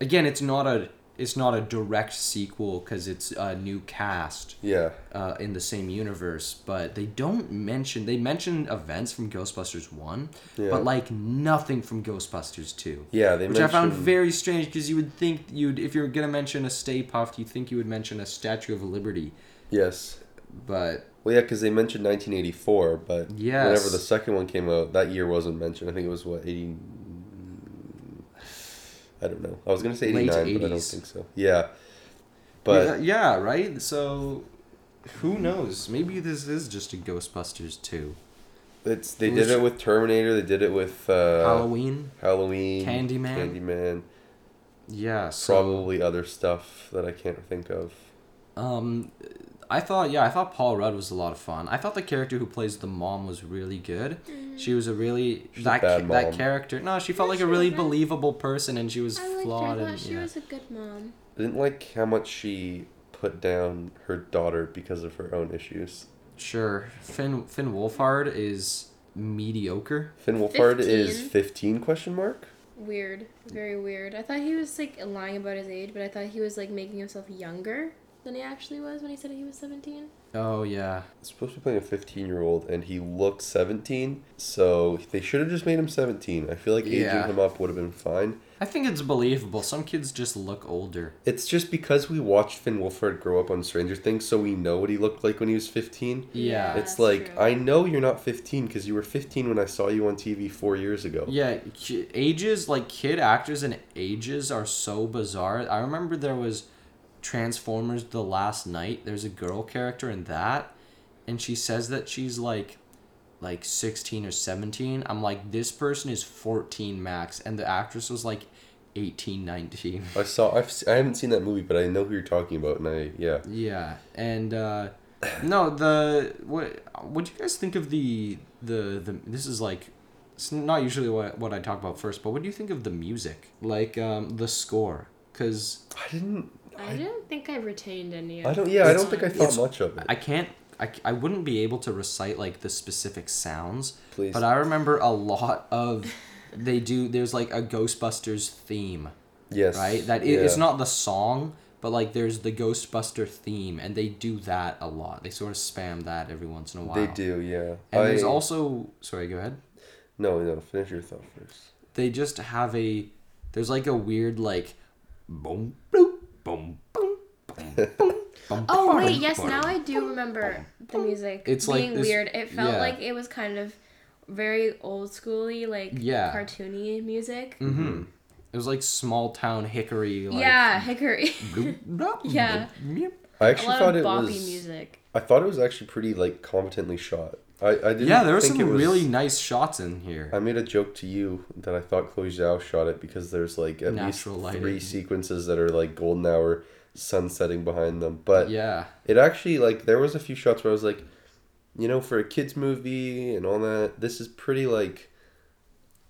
again, it's not a it's not a direct sequel cuz it's a new cast Yeah. uh, in the same universe, but they don't mention they mention events from Ghostbusters 1, Yeah. but like nothing from Ghostbusters 2. Yeah, they which I found mention- very strange because you would think you'd if you're gonna mention a Stay Puffed, you would think you would mention a Statue of Liberty, Yes. but Well, yeah, because they mentioned 1984, but Yes. whenever the second one came out, that year wasn't mentioned. I think it was what 80. I don't know. I was gonna say Late 89, but I don't 80s. think so. Yeah, but yeah, yeah, right. So, who knows? Maybe this is just a Ghostbusters two. it's they It did was- it with Terminator. They did it with uh, Halloween. Halloween, Candyman. Candyman, Yeah. So, probably other stuff that I can't think of. Um, I thought yeah, I thought Paul Rudd was a lot of fun. I thought the character who plays the mom was really good. Mm. She was a really She's a that bad ca- that mom. character. No, she felt Yeah, like she a was really bad. believable person, and she was I liked her. I flawed. thought and, she yeah. was a good mom. I didn't like how much she put down her daughter because of her own issues. Sure. Finn Finn Wolfhard is mediocre. Finn Wolfhard is 15? 15 question mark. Weird. Very weird. I thought he was like lying about his age, but I thought he was like making himself younger than he actually was when he said he was 17. Oh yeah. It's supposed to be playing a 15 year old and he looked 17 so they should have just made him 17 i feel like Yeah. aging him up would have been fine I think it's believable. Some kids just look older. it's just because we watched finn wolfhard grow up on stranger things so we know what he looked like when he was 15 Yeah. it's that's like true. i know you're not 15 because you were 15 when i saw you on tv four years ago Yeah, ki- ages like kid actors and ages are so bizarre. I remember there was Transformers: The Last Night. There's a girl character in that, and she says that she's like, like sixteen or seventeen. I'm like, this person is fourteen max, and the actress was like, 18, 19. i saw I've, s- i haven't seen that movie but i know who you're talking about and i yeah Yeah, and uh, no, the what? What do you guys think of the the the? This is like, it's not usually what what I talk about first, but what do you think of the music, like um the score? Cause i didn't I don't think I retained any of i don't yeah i this don't think i one. thought it's- much of it I can't. I, c- I wouldn't be able to recite like the specific sounds, Please. but I remember a lot of they do. There's like a Ghostbusters theme, yes right? That it, it's yeah. not the song, but like there's the Ghostbuster theme, and they do that a lot. They sort of spam that every once in a while. they do yeah And I, there's also sorry, go ahead. no no finish your thought first They just have a there's like a weird like boom bloop boom boom boom boom. boom Oh wait, yes, now I do remember the music. It's like being this- weird. It felt yeah. like it was kind of very old schooly, like Yeah. cartoony music. Mm, Mm-hmm. It was like small town hickory. Like, yeah, Hickory. bloop, bloop, Yeah. bloop. I a actually lot thought of it boppy was. music. I thought it was actually pretty like competently shot. I I didn't. Yeah, there were think some it was- really nice shots in here. I made a joke to you that I thought Chloe Zhao shot it because there's like at Natural least lighting. three sequences that are like golden hour sun setting behind them. But yeah. it actually like there was a few shots where I was like, you know, for a kids movie and all that, this is pretty like.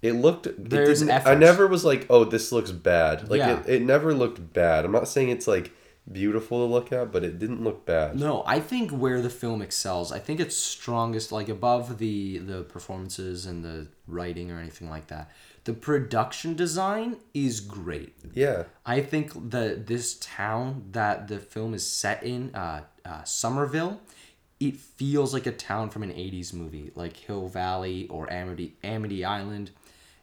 It looked. It There's didn't- I effort. never was like, oh, this looks bad. Like Yeah. it, it never looked bad. I'm not saying it's like beautiful to look at, but it didn't look bad. No, I think where the film excels, I think it's strongest like above the the performances and the writing or anything like that. The production design is great. Yeah. I think the this town that the film is set in, uh, uh, Somerville, it feels like a town from an '80s movie, like Hill Valley or Amity Amity Island,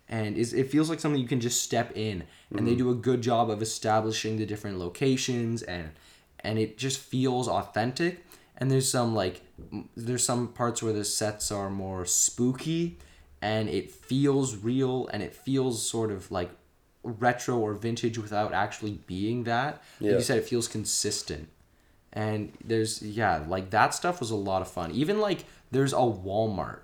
and is it feels like something you can just step in, and they do a good job of establishing the different locations, and and it just feels authentic. And there's some like m- there's some parts where the sets are more spooky, and it feels real, and it feels sort of like retro or vintage without actually being that. Like Yeah. you said, it feels consistent. And there's yeah, like that stuff was a lot of fun. Even like there's a Walmart,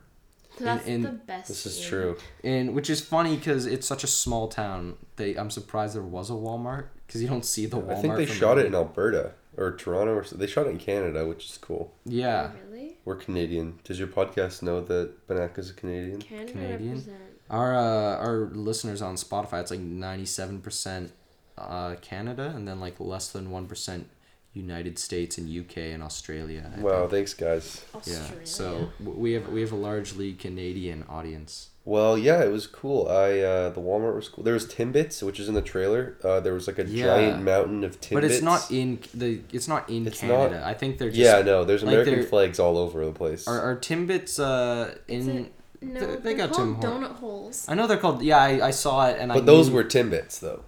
That's and- the best. This is scene. true. and which is funny because it's such a small town. They I'm surprised there was a Walmart because you don't see the Walmart. I think they from shot it every- in Alberta or Toronto or so. They shot it in Canada, which is cool. Yeah, Oh, Really? We're Canadian. Does your podcast know that Banaka's a Canadian? Canada Canadian? represent. our uh, our listeners on Spotify, it's like ninety seven percent uh Canada, and then like less than one percent United States and UK and Australia. I Wow, thanks guys. Yeah. Australia. So w- we have we have a largely Canadian audience. Well, yeah, it was cool. I uh the Walmart was cool. There was Timbits, which is in the trailer. Uh there was like a Yeah. giant mountain of Timbits. But it's not in the it's not in It's not- Canada. I think they're just Yeah, no, there's like American they're- flags all over the place. are, are Timbits uh Is in it- No, They- they, they are got called Tim Hor- donut holes. I know they're called yeah, I, I saw it and I but those knew- were Timbits though.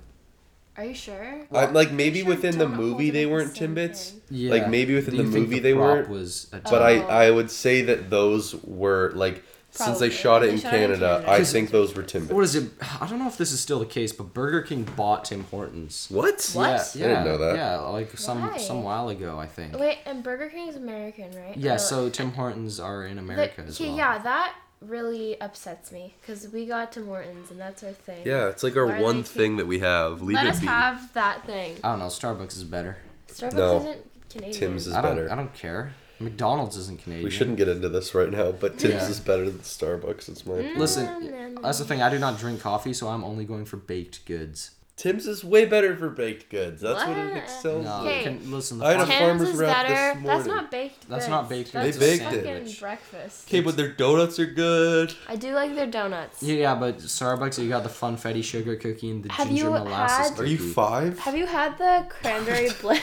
Are you sure? I, like maybe Sure, within the don't all movie of they it the weren't same timbits, thing. Yeah. Like, maybe within Do the you think movie they prop weren't, was a but I Oh. I would say that those were like since they Probably. shot it They in shot it in Canada, Canada. I Because- think those were timbits. What is it? I don't know if this is still the case, but Burger King bought Tim Hortons. What? Yeah, What? I didn't yeah, know that. Yeah, like some Why? some while ago, I think. Wait, and Burger King is American, right? Yeah, Or- so Tim Hortons are in The- America as yeah, well. Yeah, that really upsets me because we got Tim Hortons and that's our thing. Yeah, it's like our Why are they one team- thing that we have. Leave Let it us be. have that thing. I don't know. Starbucks is better. Starbucks No. isn't Canadian. Tim's is I don't. better. I don't care. McDonald's isn't Canadian. we shouldn't get into this right now, but Tim's Yeah. is better than Starbucks. It's Mm. my opinion. Listen, that's the thing. I do not drink coffee, so I'm only going for baked goods. Tim's is way better for baked goods. That's what, it What? excels. No, Okay. can, listen. The I had a farm- Tim's farmer's is wrap this better. That's morning. not baked. That's goods. not baked That's goods, They baked it. fucking breakfast. Okay, but their donuts are good. I do like their donuts. yeah, yeah, but Starbucks, you got the funfetti sugar cookie and the Have ginger you molasses. had- Are you cookie. five? Have you had the cranberry blend?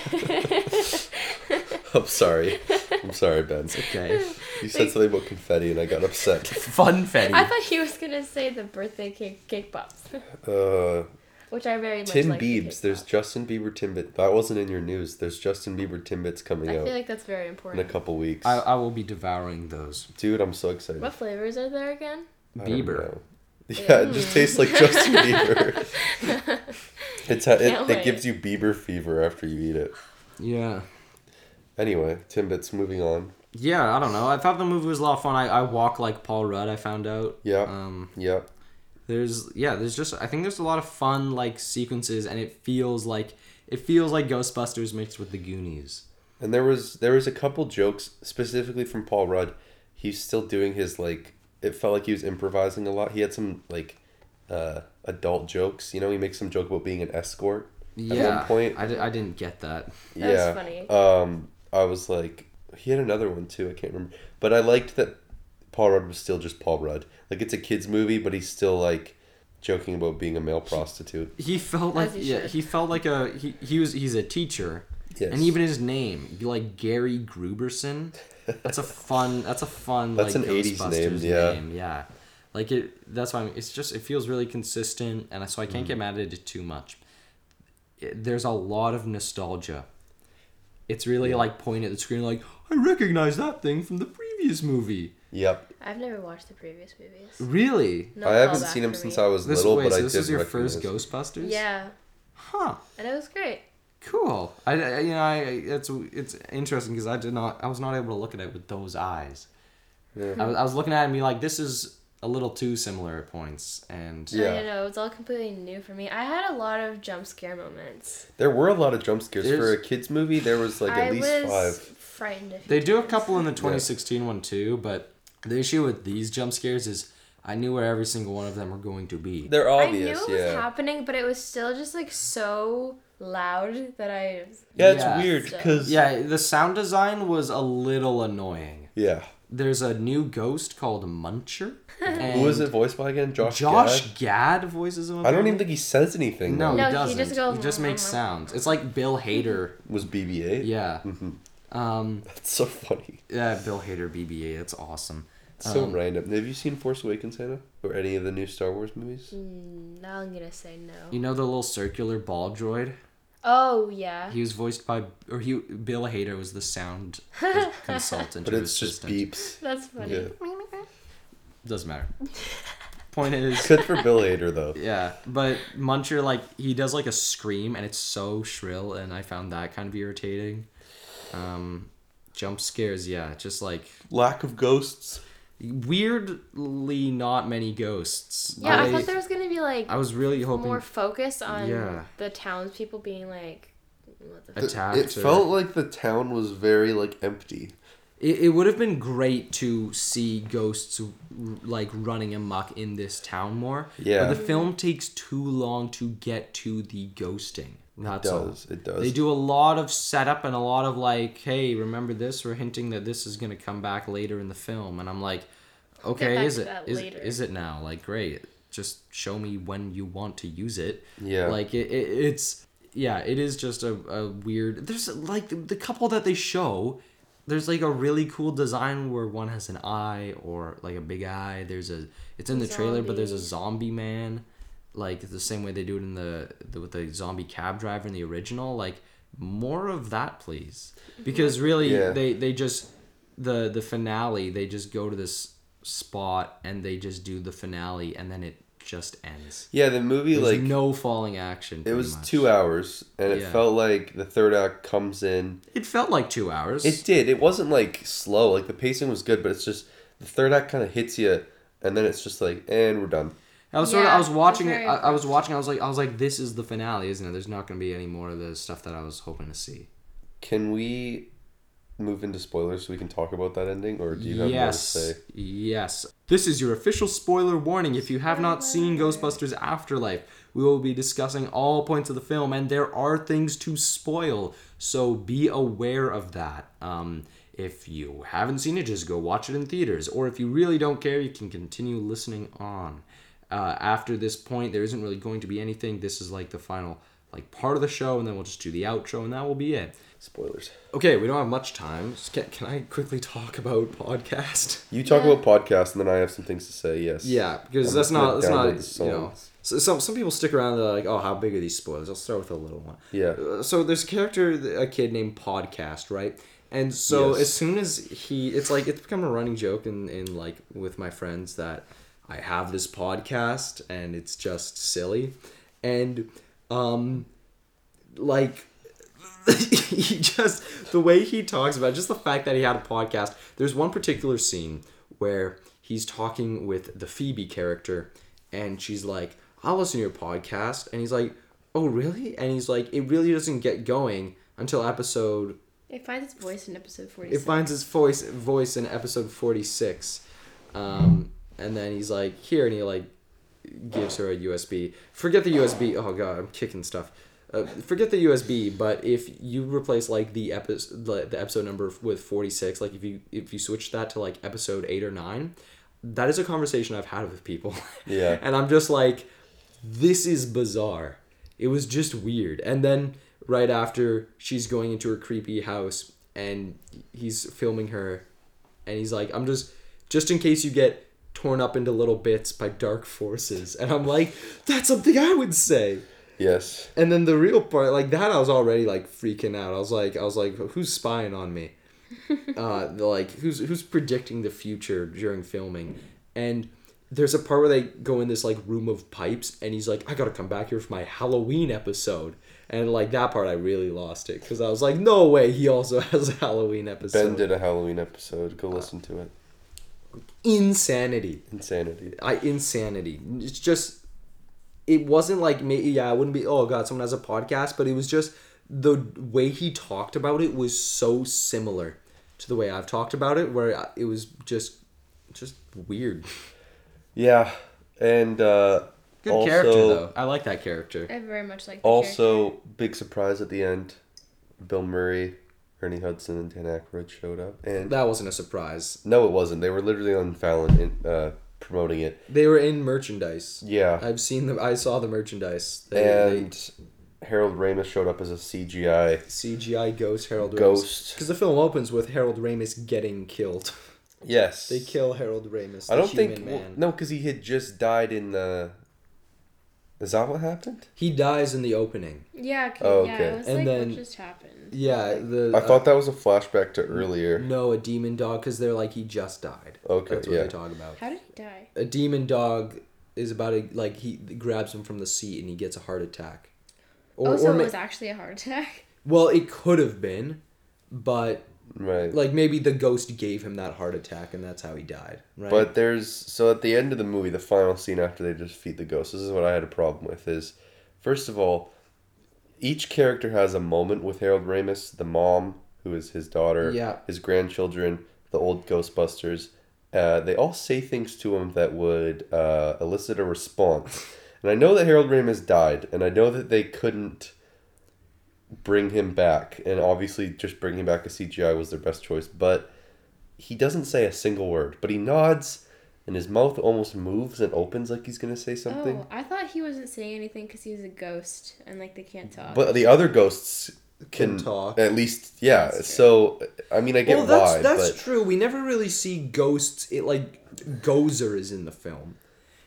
I'm sorry. I'm sorry, Ben. okay? You said something about confetti and I got upset. funfetti. I thought he was gonna say the birthday cake cake pops, Uh, which I very much Tim like the Biebs. cake There's pop. Justin Bieber Timbit. That wasn't in your news. There's Justin Bieber Timbits coming I out feel like that's very in a important. couple weeks. I, I will be devouring those. Dude, I'm so excited. What flavors are there again? I don't Bieber. know. Yeah, it just tastes like Justin Bieber. it's ha- Can't it, it wait. gives you Bieber fever after you eat it. Yeah. Anyway, Timbits, moving on. Yeah, I don't know. I thought the movie was a lot of fun. I, I walk like Paul Rudd. I found out. Yeah. Um, Yep. there's yeah, there's just I think there's a lot of fun like sequences, and it feels like it feels like Ghostbusters mixed with the Goonies. And there was there was a couple jokes specifically from Paul Rudd. He's still doing his like it felt like he was improvising a lot. He had some like uh adult jokes. You know, he makes some joke about being an escort Yeah. at one point. I, di- I didn't get that. That was funny. Um, I was like, he had another one too. I can't remember, but I liked that Paul Rudd was still just Paul Rudd. Like it's a kids movie, but he's still like joking about being a male prostitute. He felt like As you yeah, should. he felt like a he, he was he's a teacher. Yes. And even his name, be like Gary Gruberson. That's a fun. That's a fun. That's like, an 80s name, Ghostbusters yeah. yeah. Like it. That's why I'm, it's just it feels really consistent, and so I Mm-hmm. can't get mad at it too much. It- there's a lot of nostalgia. It's really like pointing at the screen, like I recognize that thing from the previous movie. Yep, I've never watched the previous movies. Really. No I haven't callback seen him for since me. I was This little, wait, but so I this did is your recognize. first Ghostbusters. Yeah, Huh. and it was great. Cool. I, I- you know, I it's it's interesting because I did not, I was not able to look at it with those eyes. Yeah. I, was, I was looking at it and be like, this is a little too similar at points, and Yeah. I don't know. It was all completely new for me. I had a lot of jump scare moments. There were a lot of jump scares for There's- a kids movie. There was like at I least was five. frightened. If they do a couple in the 2016 one too. But the issue with these jump scares is I knew where every single one of them were going to be. They're I knew obvious, it was yeah. happening, but it was still just like so loud that I. Yeah, it's Yeah. weird So- because yeah. Yeah, the sound design was a little annoying. yeah. There's a new ghost called Muncher. And Who was it voiced by again? Josh. Josh Gad? Gad voices him. I don't apparently. even think he says anything. No, though. No, he he doesn't. just He just, goes, "Mm, makes mm, mm." sounds. It's like Bill Hader. was BB-8. Yeah. Mm-hmm. Um, that's so funny. yeah, Bill Hader BBA. That's awesome. So Um, random. Have you seen Force Awakens, Hannah? Or any of the new Star Wars movies? Mm, now I'm gonna say no. You know the little circular ball droid? Oh yeah. He was voiced by, or he Bill Hader was the sound cons- consultant But or it's just assistant. beeps. That's funny. Yeah. Doesn't matter. Point is, Good for Bill Hader, though. yeah. But Muncher, like, he does like a scream, and it's so shrill, and I found that kind of irritating. Um, jump scares, yeah, just like Lack of ghosts. weirdly not many ghosts. Yeah, I, I, thought there was gonna be like I was really hoping more focus on Yeah. the townspeople being like, what the. Th- fuck? attacked. It or- felt like the town was very, like, empty. It, it would have been great to see ghosts r- like running amok in this town more. Yeah. But the film takes too long to get to the ghosting. That's does, all. it does. They do a lot of setup and a lot of like, hey, remember this? We're hinting that this is gonna come back later in the film, and I'm like, back okay, is to it that is, later. is it now? Like, great. Just show me when you want to use it. Yeah. Like it, it it's yeah, it is just a, a weird. There's like the, the couple that they show. There's like a really cool design where one has an eye or like a big eye. There's a it's in the trailer, but there's a zombie man. like the same way they do it in the, the with the zombie cab driver in the original like more of that please because really Yeah. they they just the the finale they just go to this spot and they just do the finale and then it just ends Yeah, the movie there's like no falling action it pretty was much. two hours, and it Yeah. felt like the third act comes in. it felt like two hours It did. It wasn't like slow. Like the pacing was good, but it's just the third act kind of hits you, and then it's just like, and we're done. I was sort of. Yeah, I was watching it's it. very I, I was watching. I was like. I was like. This is the finale, isn't it? There's not going to be any more of the stuff that I was hoping to see. Can we move into spoilers so we can talk about that ending, or do you have Yes. more to say? Yes. This is your official spoiler warning. If you have not seen Ghostbusters Afterlife, we will be discussing all points of the film, and there are things to spoil, so be aware of that. Um, if you haven't seen it, just go watch it in theaters, or if you really don't care, you can continue listening on. Uh, after this point, there isn't really going to be anything. This is like the final, like part of the show, and then we'll just do the outro, and that will be it. Spoilers. Okay, we don't have much time. Just Can, can I quickly talk about podcast? You talk about podcast, and then I have some things to say. Yes. Yeah, because I'm that's gonna not that's download not the you know. songs. So some some people stick around. They're like, oh, how big are these spoilers? I'll start with a little one. Yeah. Uh, So there's a character, th- a kid named Podcast, right? And so Yes. as soon as he, it's like it's become a running joke in in like with my friends that I have this podcast and it's just silly, and um, like he just the way he talks about it, just the fact that he had a podcast. There's one particular scene where he's talking with the Phoebe character, and she's like, "I'll listen to your podcast," and he's like, "Oh, really?" And he's like, "It really doesn't get going until episode It finds its voice in episode it 46. finds its voice voice in episode 46 um, and then he's like here and he like gives her a usb forget the usb oh god i'm kicking stuff uh, forget the usb but if you replace like the episode the, the episode number with 46 like if you if you switch that to like episode 8 or 9 that is a conversation i've had with people Yeah. and i'm just like this is bizarre. It was just weird. And then right after she's going into her creepy house and he's filming her and he's like, I'm just just in case you get torn up into little bits by dark forces. And I'm like, that's something I would say. Yes. And then the real part, like that, I was already like freaking out. I was like, I was like, who's spying on me? uh, the, like who's who's predicting the future during filming? And there's a part where they go in this like room of pipes, and he's like, I gotta come back here for my Halloween episode. And like that part, I really lost it because I was like, no way, he also has a Halloween Ben episode. did a Halloween episode. Uh, Go listen to it. Insanity. Insanity. I insanity. It's just it wasn't like me. Yeah, I wouldn't be. Oh god, someone has a podcast, but it was just the way he talked about it was so similar to the way I've talked about it, where I- it was just just weird. Yeah, and uh, Good also, character though. I like that character. I very much like the Also, character. big surprise at the end. Bill Murray, Ernie Hudson, and Dan Aykroyd showed up, and That wasn't a surprise. no, it wasn't. They were literally on Fallon in, uh, promoting it. They were in merchandise. Yeah, I've seen them. I saw the merchandise. They, they- and Harold Ramis showed up as a CGI CGI ghost Harold Ghost. Because the film opens with Harold Ramis getting killed. Yes, They kill Harold Ramis. The I don't human think well, man. no, because he had just died in the. Is that what happened? He dies in the opening. Yeah, 'cause- Oh, yeah, okay. it was And like then- what just happened. Yeah, the uh, I thought that was a flashback to earlier. no, a demon dog because they're like he just died. Okay, that's what yeah. they talk about. How did he die? A demon dog is about a like he grabs him from the seat and he gets a heart attack. Or, oh, so or it ma- was actually a heart attack. well, it could have been, but Right. like maybe the ghost gave him that heart attack and that's how he died. Right. But there's so at the end of the movie, the final scene after they defeat the ghost. This is what I had a problem with. Is first of all, each character has a moment with Harold Ramis, the mom who is his daughter, Yeah. his grandchildren, the old Ghostbusters. Uh, they all say things to him that would uh, elicit a response. and I know that Harold Ramis died, and I know that they couldn't bring him back. And obviously, just bringing back a CGI was their best choice. But he doesn't say a single word, but he nods, and his mouth almost moves and opens like he's gonna say something. Oh, I thought he wasn't saying anything because he was a ghost and like they can't talk. But the other ghosts can, Can talk. At least, yeah. That's So I mean, I get well, that's why, that's but true. We never really see ghosts. It like Gozer is in the film.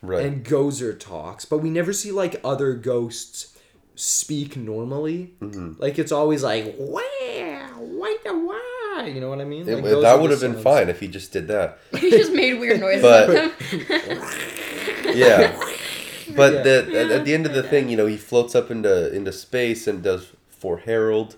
Right. and Gozer talks, but we never see like other ghosts speak normally. Mm-hmm. Like it's always like wow, why the why? You know what I mean? It- Like, those are that the would have been sounds. fine if he just did that. He just made weird noises. But- with them. Yeah. But Yeah. the, at, at the end of the thing, you know, he floats up into into space and does for Harold,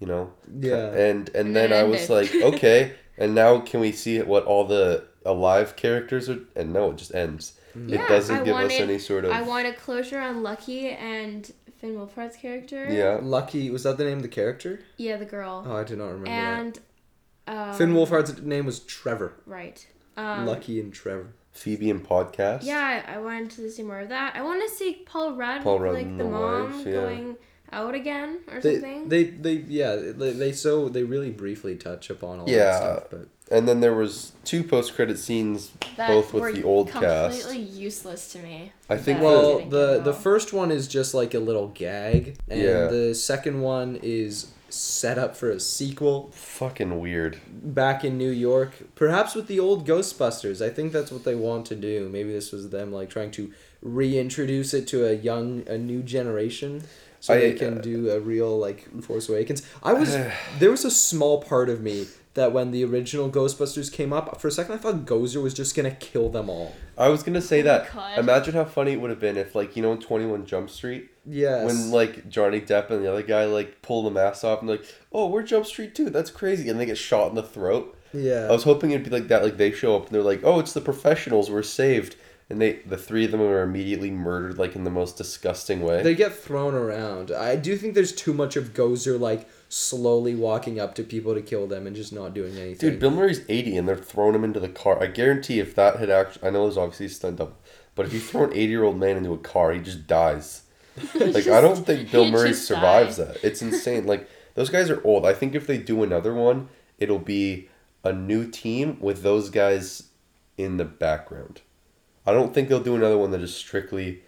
you know. Yeah. And and, And then, then I it was like, ended. okay, and now can we see what all the alive characters are? And no, it just ends. it doesn't give us any sort of I wanted closure on Lucky and Finn Wolfhard's character. yeah. Lucky was that the name of the character? Yeah, the girl. Oh, I do not remember and um, that. Finn Wolfhard's name was Trevor. Right. Um, Lucky and Trevor. Phoebe and podcast. Yeah, I I wanted to see more of that. I want to see Paul Rudd, Paul with, Rudd like and the the mom wife, yeah. going out again or They, something. they, they, yeah, they, they so they really briefly touch upon all Yeah. that stuff, but And then there was two post credit scenes, both with the old cast. Completely useless to me. I think the- Yeah. Well, didn't the get the well. first one is just like a little gag, and Yeah. the second one is set up for a sequel fucking weird. back in New York, perhaps with the old Ghostbusters. I think that's what they want to do. Maybe this was them like trying to reintroduce it to a young, a new generation. So I- uh, they can do a real like Force Awakens. I was there was a small part of me that when the original Ghostbusters came up, for a second I thought Gozer was just gonna kill them all. I was gonna say that. God. Imagine how funny it would have been if, like, you know, in Twenty One Jump Street, Yes. when like Johnny Depp and the other guy like pull the mask off and like, oh, we're Jump Street too. That's crazy, and they get shot in the throat. yeah. I was hoping it'd be like that. Like they show up and they're like, oh, it's the professionals. We're saved, and they the three of them are immediately murdered like in the most disgusting way. They get thrown around. I do think there's too much of Gozer like slowly walking up to people to kill them and just not doing anything. Dude, Bill Murray's eighty, and they're throwing him into the car. I guarantee, if that had actually, I know there's obviously a stunt double, but if you throw an eighty-year-old man into a car, he just dies. Like I don't think Bill he Murray just survives dies. that. It's insane. Like those guys are old. I think if they do another one, it'll be a new team with those guys in the background. I don't think they'll do another one that is strictly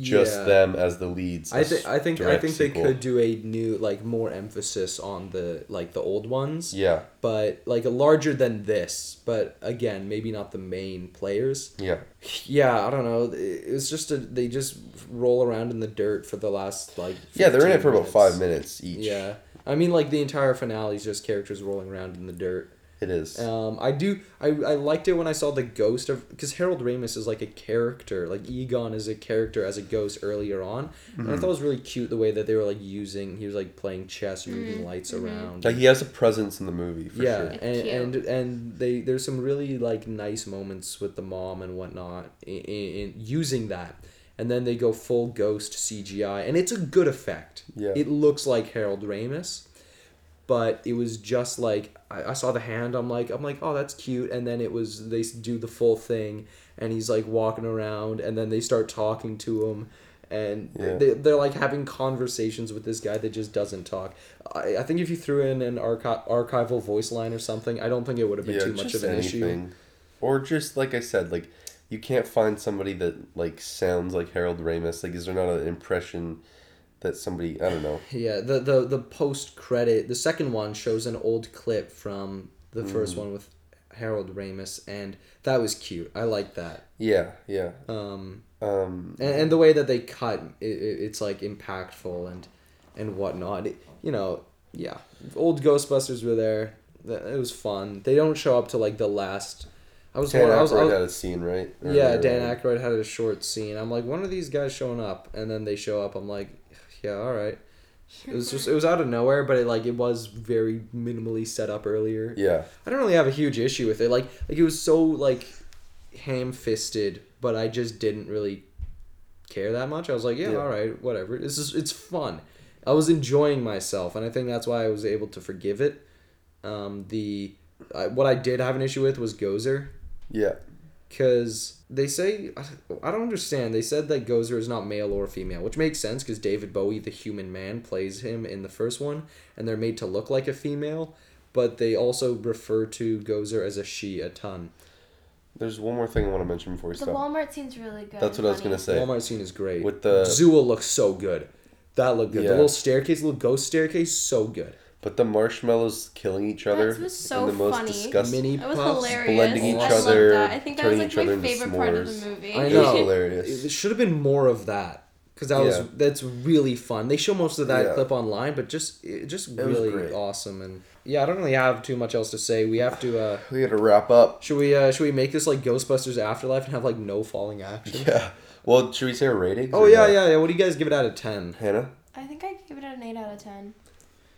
just Yeah. them as the leads. I a think I think I direct think sequel. they could do a new like more emphasis on the like the old ones. Yeah, But like larger than this, but again, maybe not the main players. yeah. Yeah, I don't know. It- It's just a, they just roll around in the dirt for the last like Yeah, they're in it 15 for about five minutes each. Yeah. I mean like the entire finale is just characters rolling around in the dirt. It is. Um, I do. I, I liked it when I saw the ghost of because Harold Ramis is like a character, like Egon is a character as a ghost earlier on, and Mm-hmm. I thought it was really cute the way that they were like using. He was like playing chess, moving lights around. Like he has a presence in the movie for yeah, sure. and, Cute. and and they there's some really like nice moments with the mom and whatnot in, in, in using that, and then they go full ghost CGI, and it's a good effect. Yeah. it looks like Harold Ramis but it was just like I, I saw the hand. I'm like I'm like oh that's cute, and then it was they s- do the full thing, and he's like walking around, and then they start talking to him, and Yeah. they they're like having conversations with this guy that just doesn't talk. I, I think if you threw in an archi- archival voice line or something, I don't think it would have been too much just of an issue. anything. Or just like I said, like you can't find somebody that like sounds like Harold Ramis. Like, is there not an impression that somebody? I don't know. Yeah, the the the post credit, the second one shows an old clip from the Mm. first one with Harold Ramis, and that was cute. I like that. Yeah, yeah. Um, Um, and, and the way that they cut it, it, it's like impactful and and whatnot It- you know yeah old ghostbusters were there Th- it was fun they don't show up to like the last i was, Dan I was, I Aykroyd was- had a scene, right? yeah Earlier, dan right? Aykroyd had a short scene i'm like when are these guys showing up and then they show up i'm like yeah all right it was just it was out of nowhere but it like it was very minimally set up earlier Yeah, I don't really have a huge issue with it. Like like it was so like ham fisted, but I just didn't really care that much. I was like, yeah, Yeah. all right, whatever. It's just, it's fun. I was enjoying myself, and I think that's why I was able to forgive it. Um, the I, what I did have an issue with was Gozer, yeah. because they say I don't understand. They said that Gozer is not male or female, which makes sense because David Bowie, the Human Man, plays him in the first one, and they're made to look like a female. But they also refer to Gozer as a she a ton. There's one more thing I want to mention before we The stop. Walmart scene's really good. That's what I was gonna say. Walmart scene is great. With the- Zua looks so good. That looked good. Yeah. The little staircase, little ghost staircase, so good. But the marshmallows killing each other That was so in the most funny. disgusting. Mini That was puffs. hilarious. blending I each loved other, that. I think that was turning like each other my into favorite part of s'mores. the movie. I It was know. hilarious. There should have been more of that because that was Yeah. that's really fun. They show most of that Yeah. clip online, but just it- just was really great. awesome. And yeah, I don't really have too much else to say. We have to. uh We gotta wrap up. Should we? uh Should we make this like Ghostbusters Afterlife and have like no falling action? Yeah. Well, should we say our ratings? Oh or yeah, not? yeah, yeah. What do you guys give it out of ten? Hannah, I think I give it an 8 out of 10.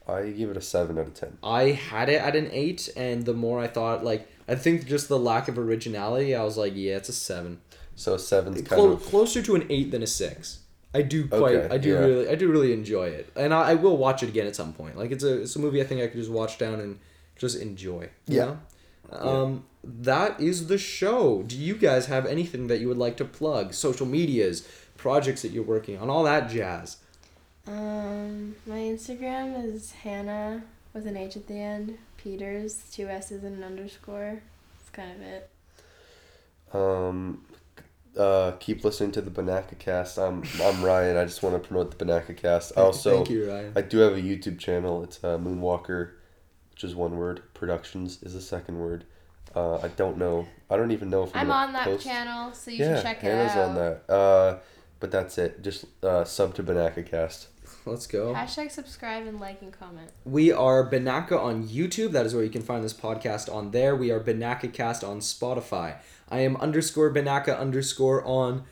I give it a seven out of ten. I had it at an eight, and the more I thought, like I think just the lack of originality, I was like, yeah, it's a seven. So seven's kind Clo- of closer to an eight than a six. I do quite. Okay, I do yeah. really. I do really enjoy it, and I, I will watch it again at some point. Like it's a it's a movie I think I could just watch down and just enjoy. you Yeah. know? Um, that is the show. Do you guys have anything that you would like to plug? Social medias, projects that you're working on, all that jazz. Um, my Instagram is Hannah with an H at the end. Peters, two S's and an underscore. That's kind of it. um. Uh, keep listening to the Banaka Cast. I'm I'm Ryan. I just want to promote the Banaka Cast. I also, Thank you, Ryan. I do have a YouTube channel. It's uh, Moonwalker, which is one word. Productions is the second word. Uh, I don't know. I don't even know if I'm gonna on that post- channel, so you Yeah, should check Hannah's it out. on that. Uh, but that's it. Just uh, sub to Banaka Cast. Let's go. Hashtag subscribe and like and comment. We are Banaka on YouTube. That is where you can find this podcast on there. We are Banaka Cast on Spotify. I am underscore Banaka underscore on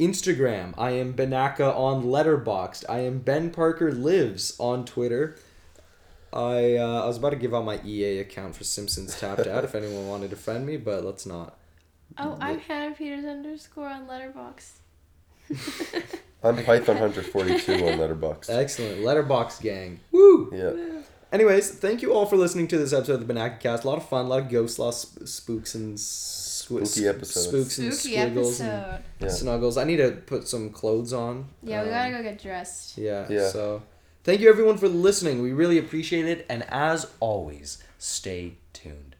Instagram. I am Banaka on Letterboxd. I am Ben Parker Lives on Twitter. I, uh, I was about to give out my EA account for Simpsons Tapped Out if anyone wanted to friend me, but let's not. Oh, I'm Hannah Peters underscore on Letterbox. I'm Python Hunter forty two on Letterboxd. Excellent. Letterbox gang. Woo! Yeah. Anyways, thank you all for listening to this episode of the Banaka Cast. A lot of fun, a lot of ghost, a lot of sp- spooks and sw- Spooky episodes. spooks and Spooky squiggles and episode. Yeah. snuggles. I need to put some clothes on. Yeah, we Um, gotta go get dressed. Yeah, Yeah. So, thank you everyone for listening. We really appreciate it, and as always, stay tuned.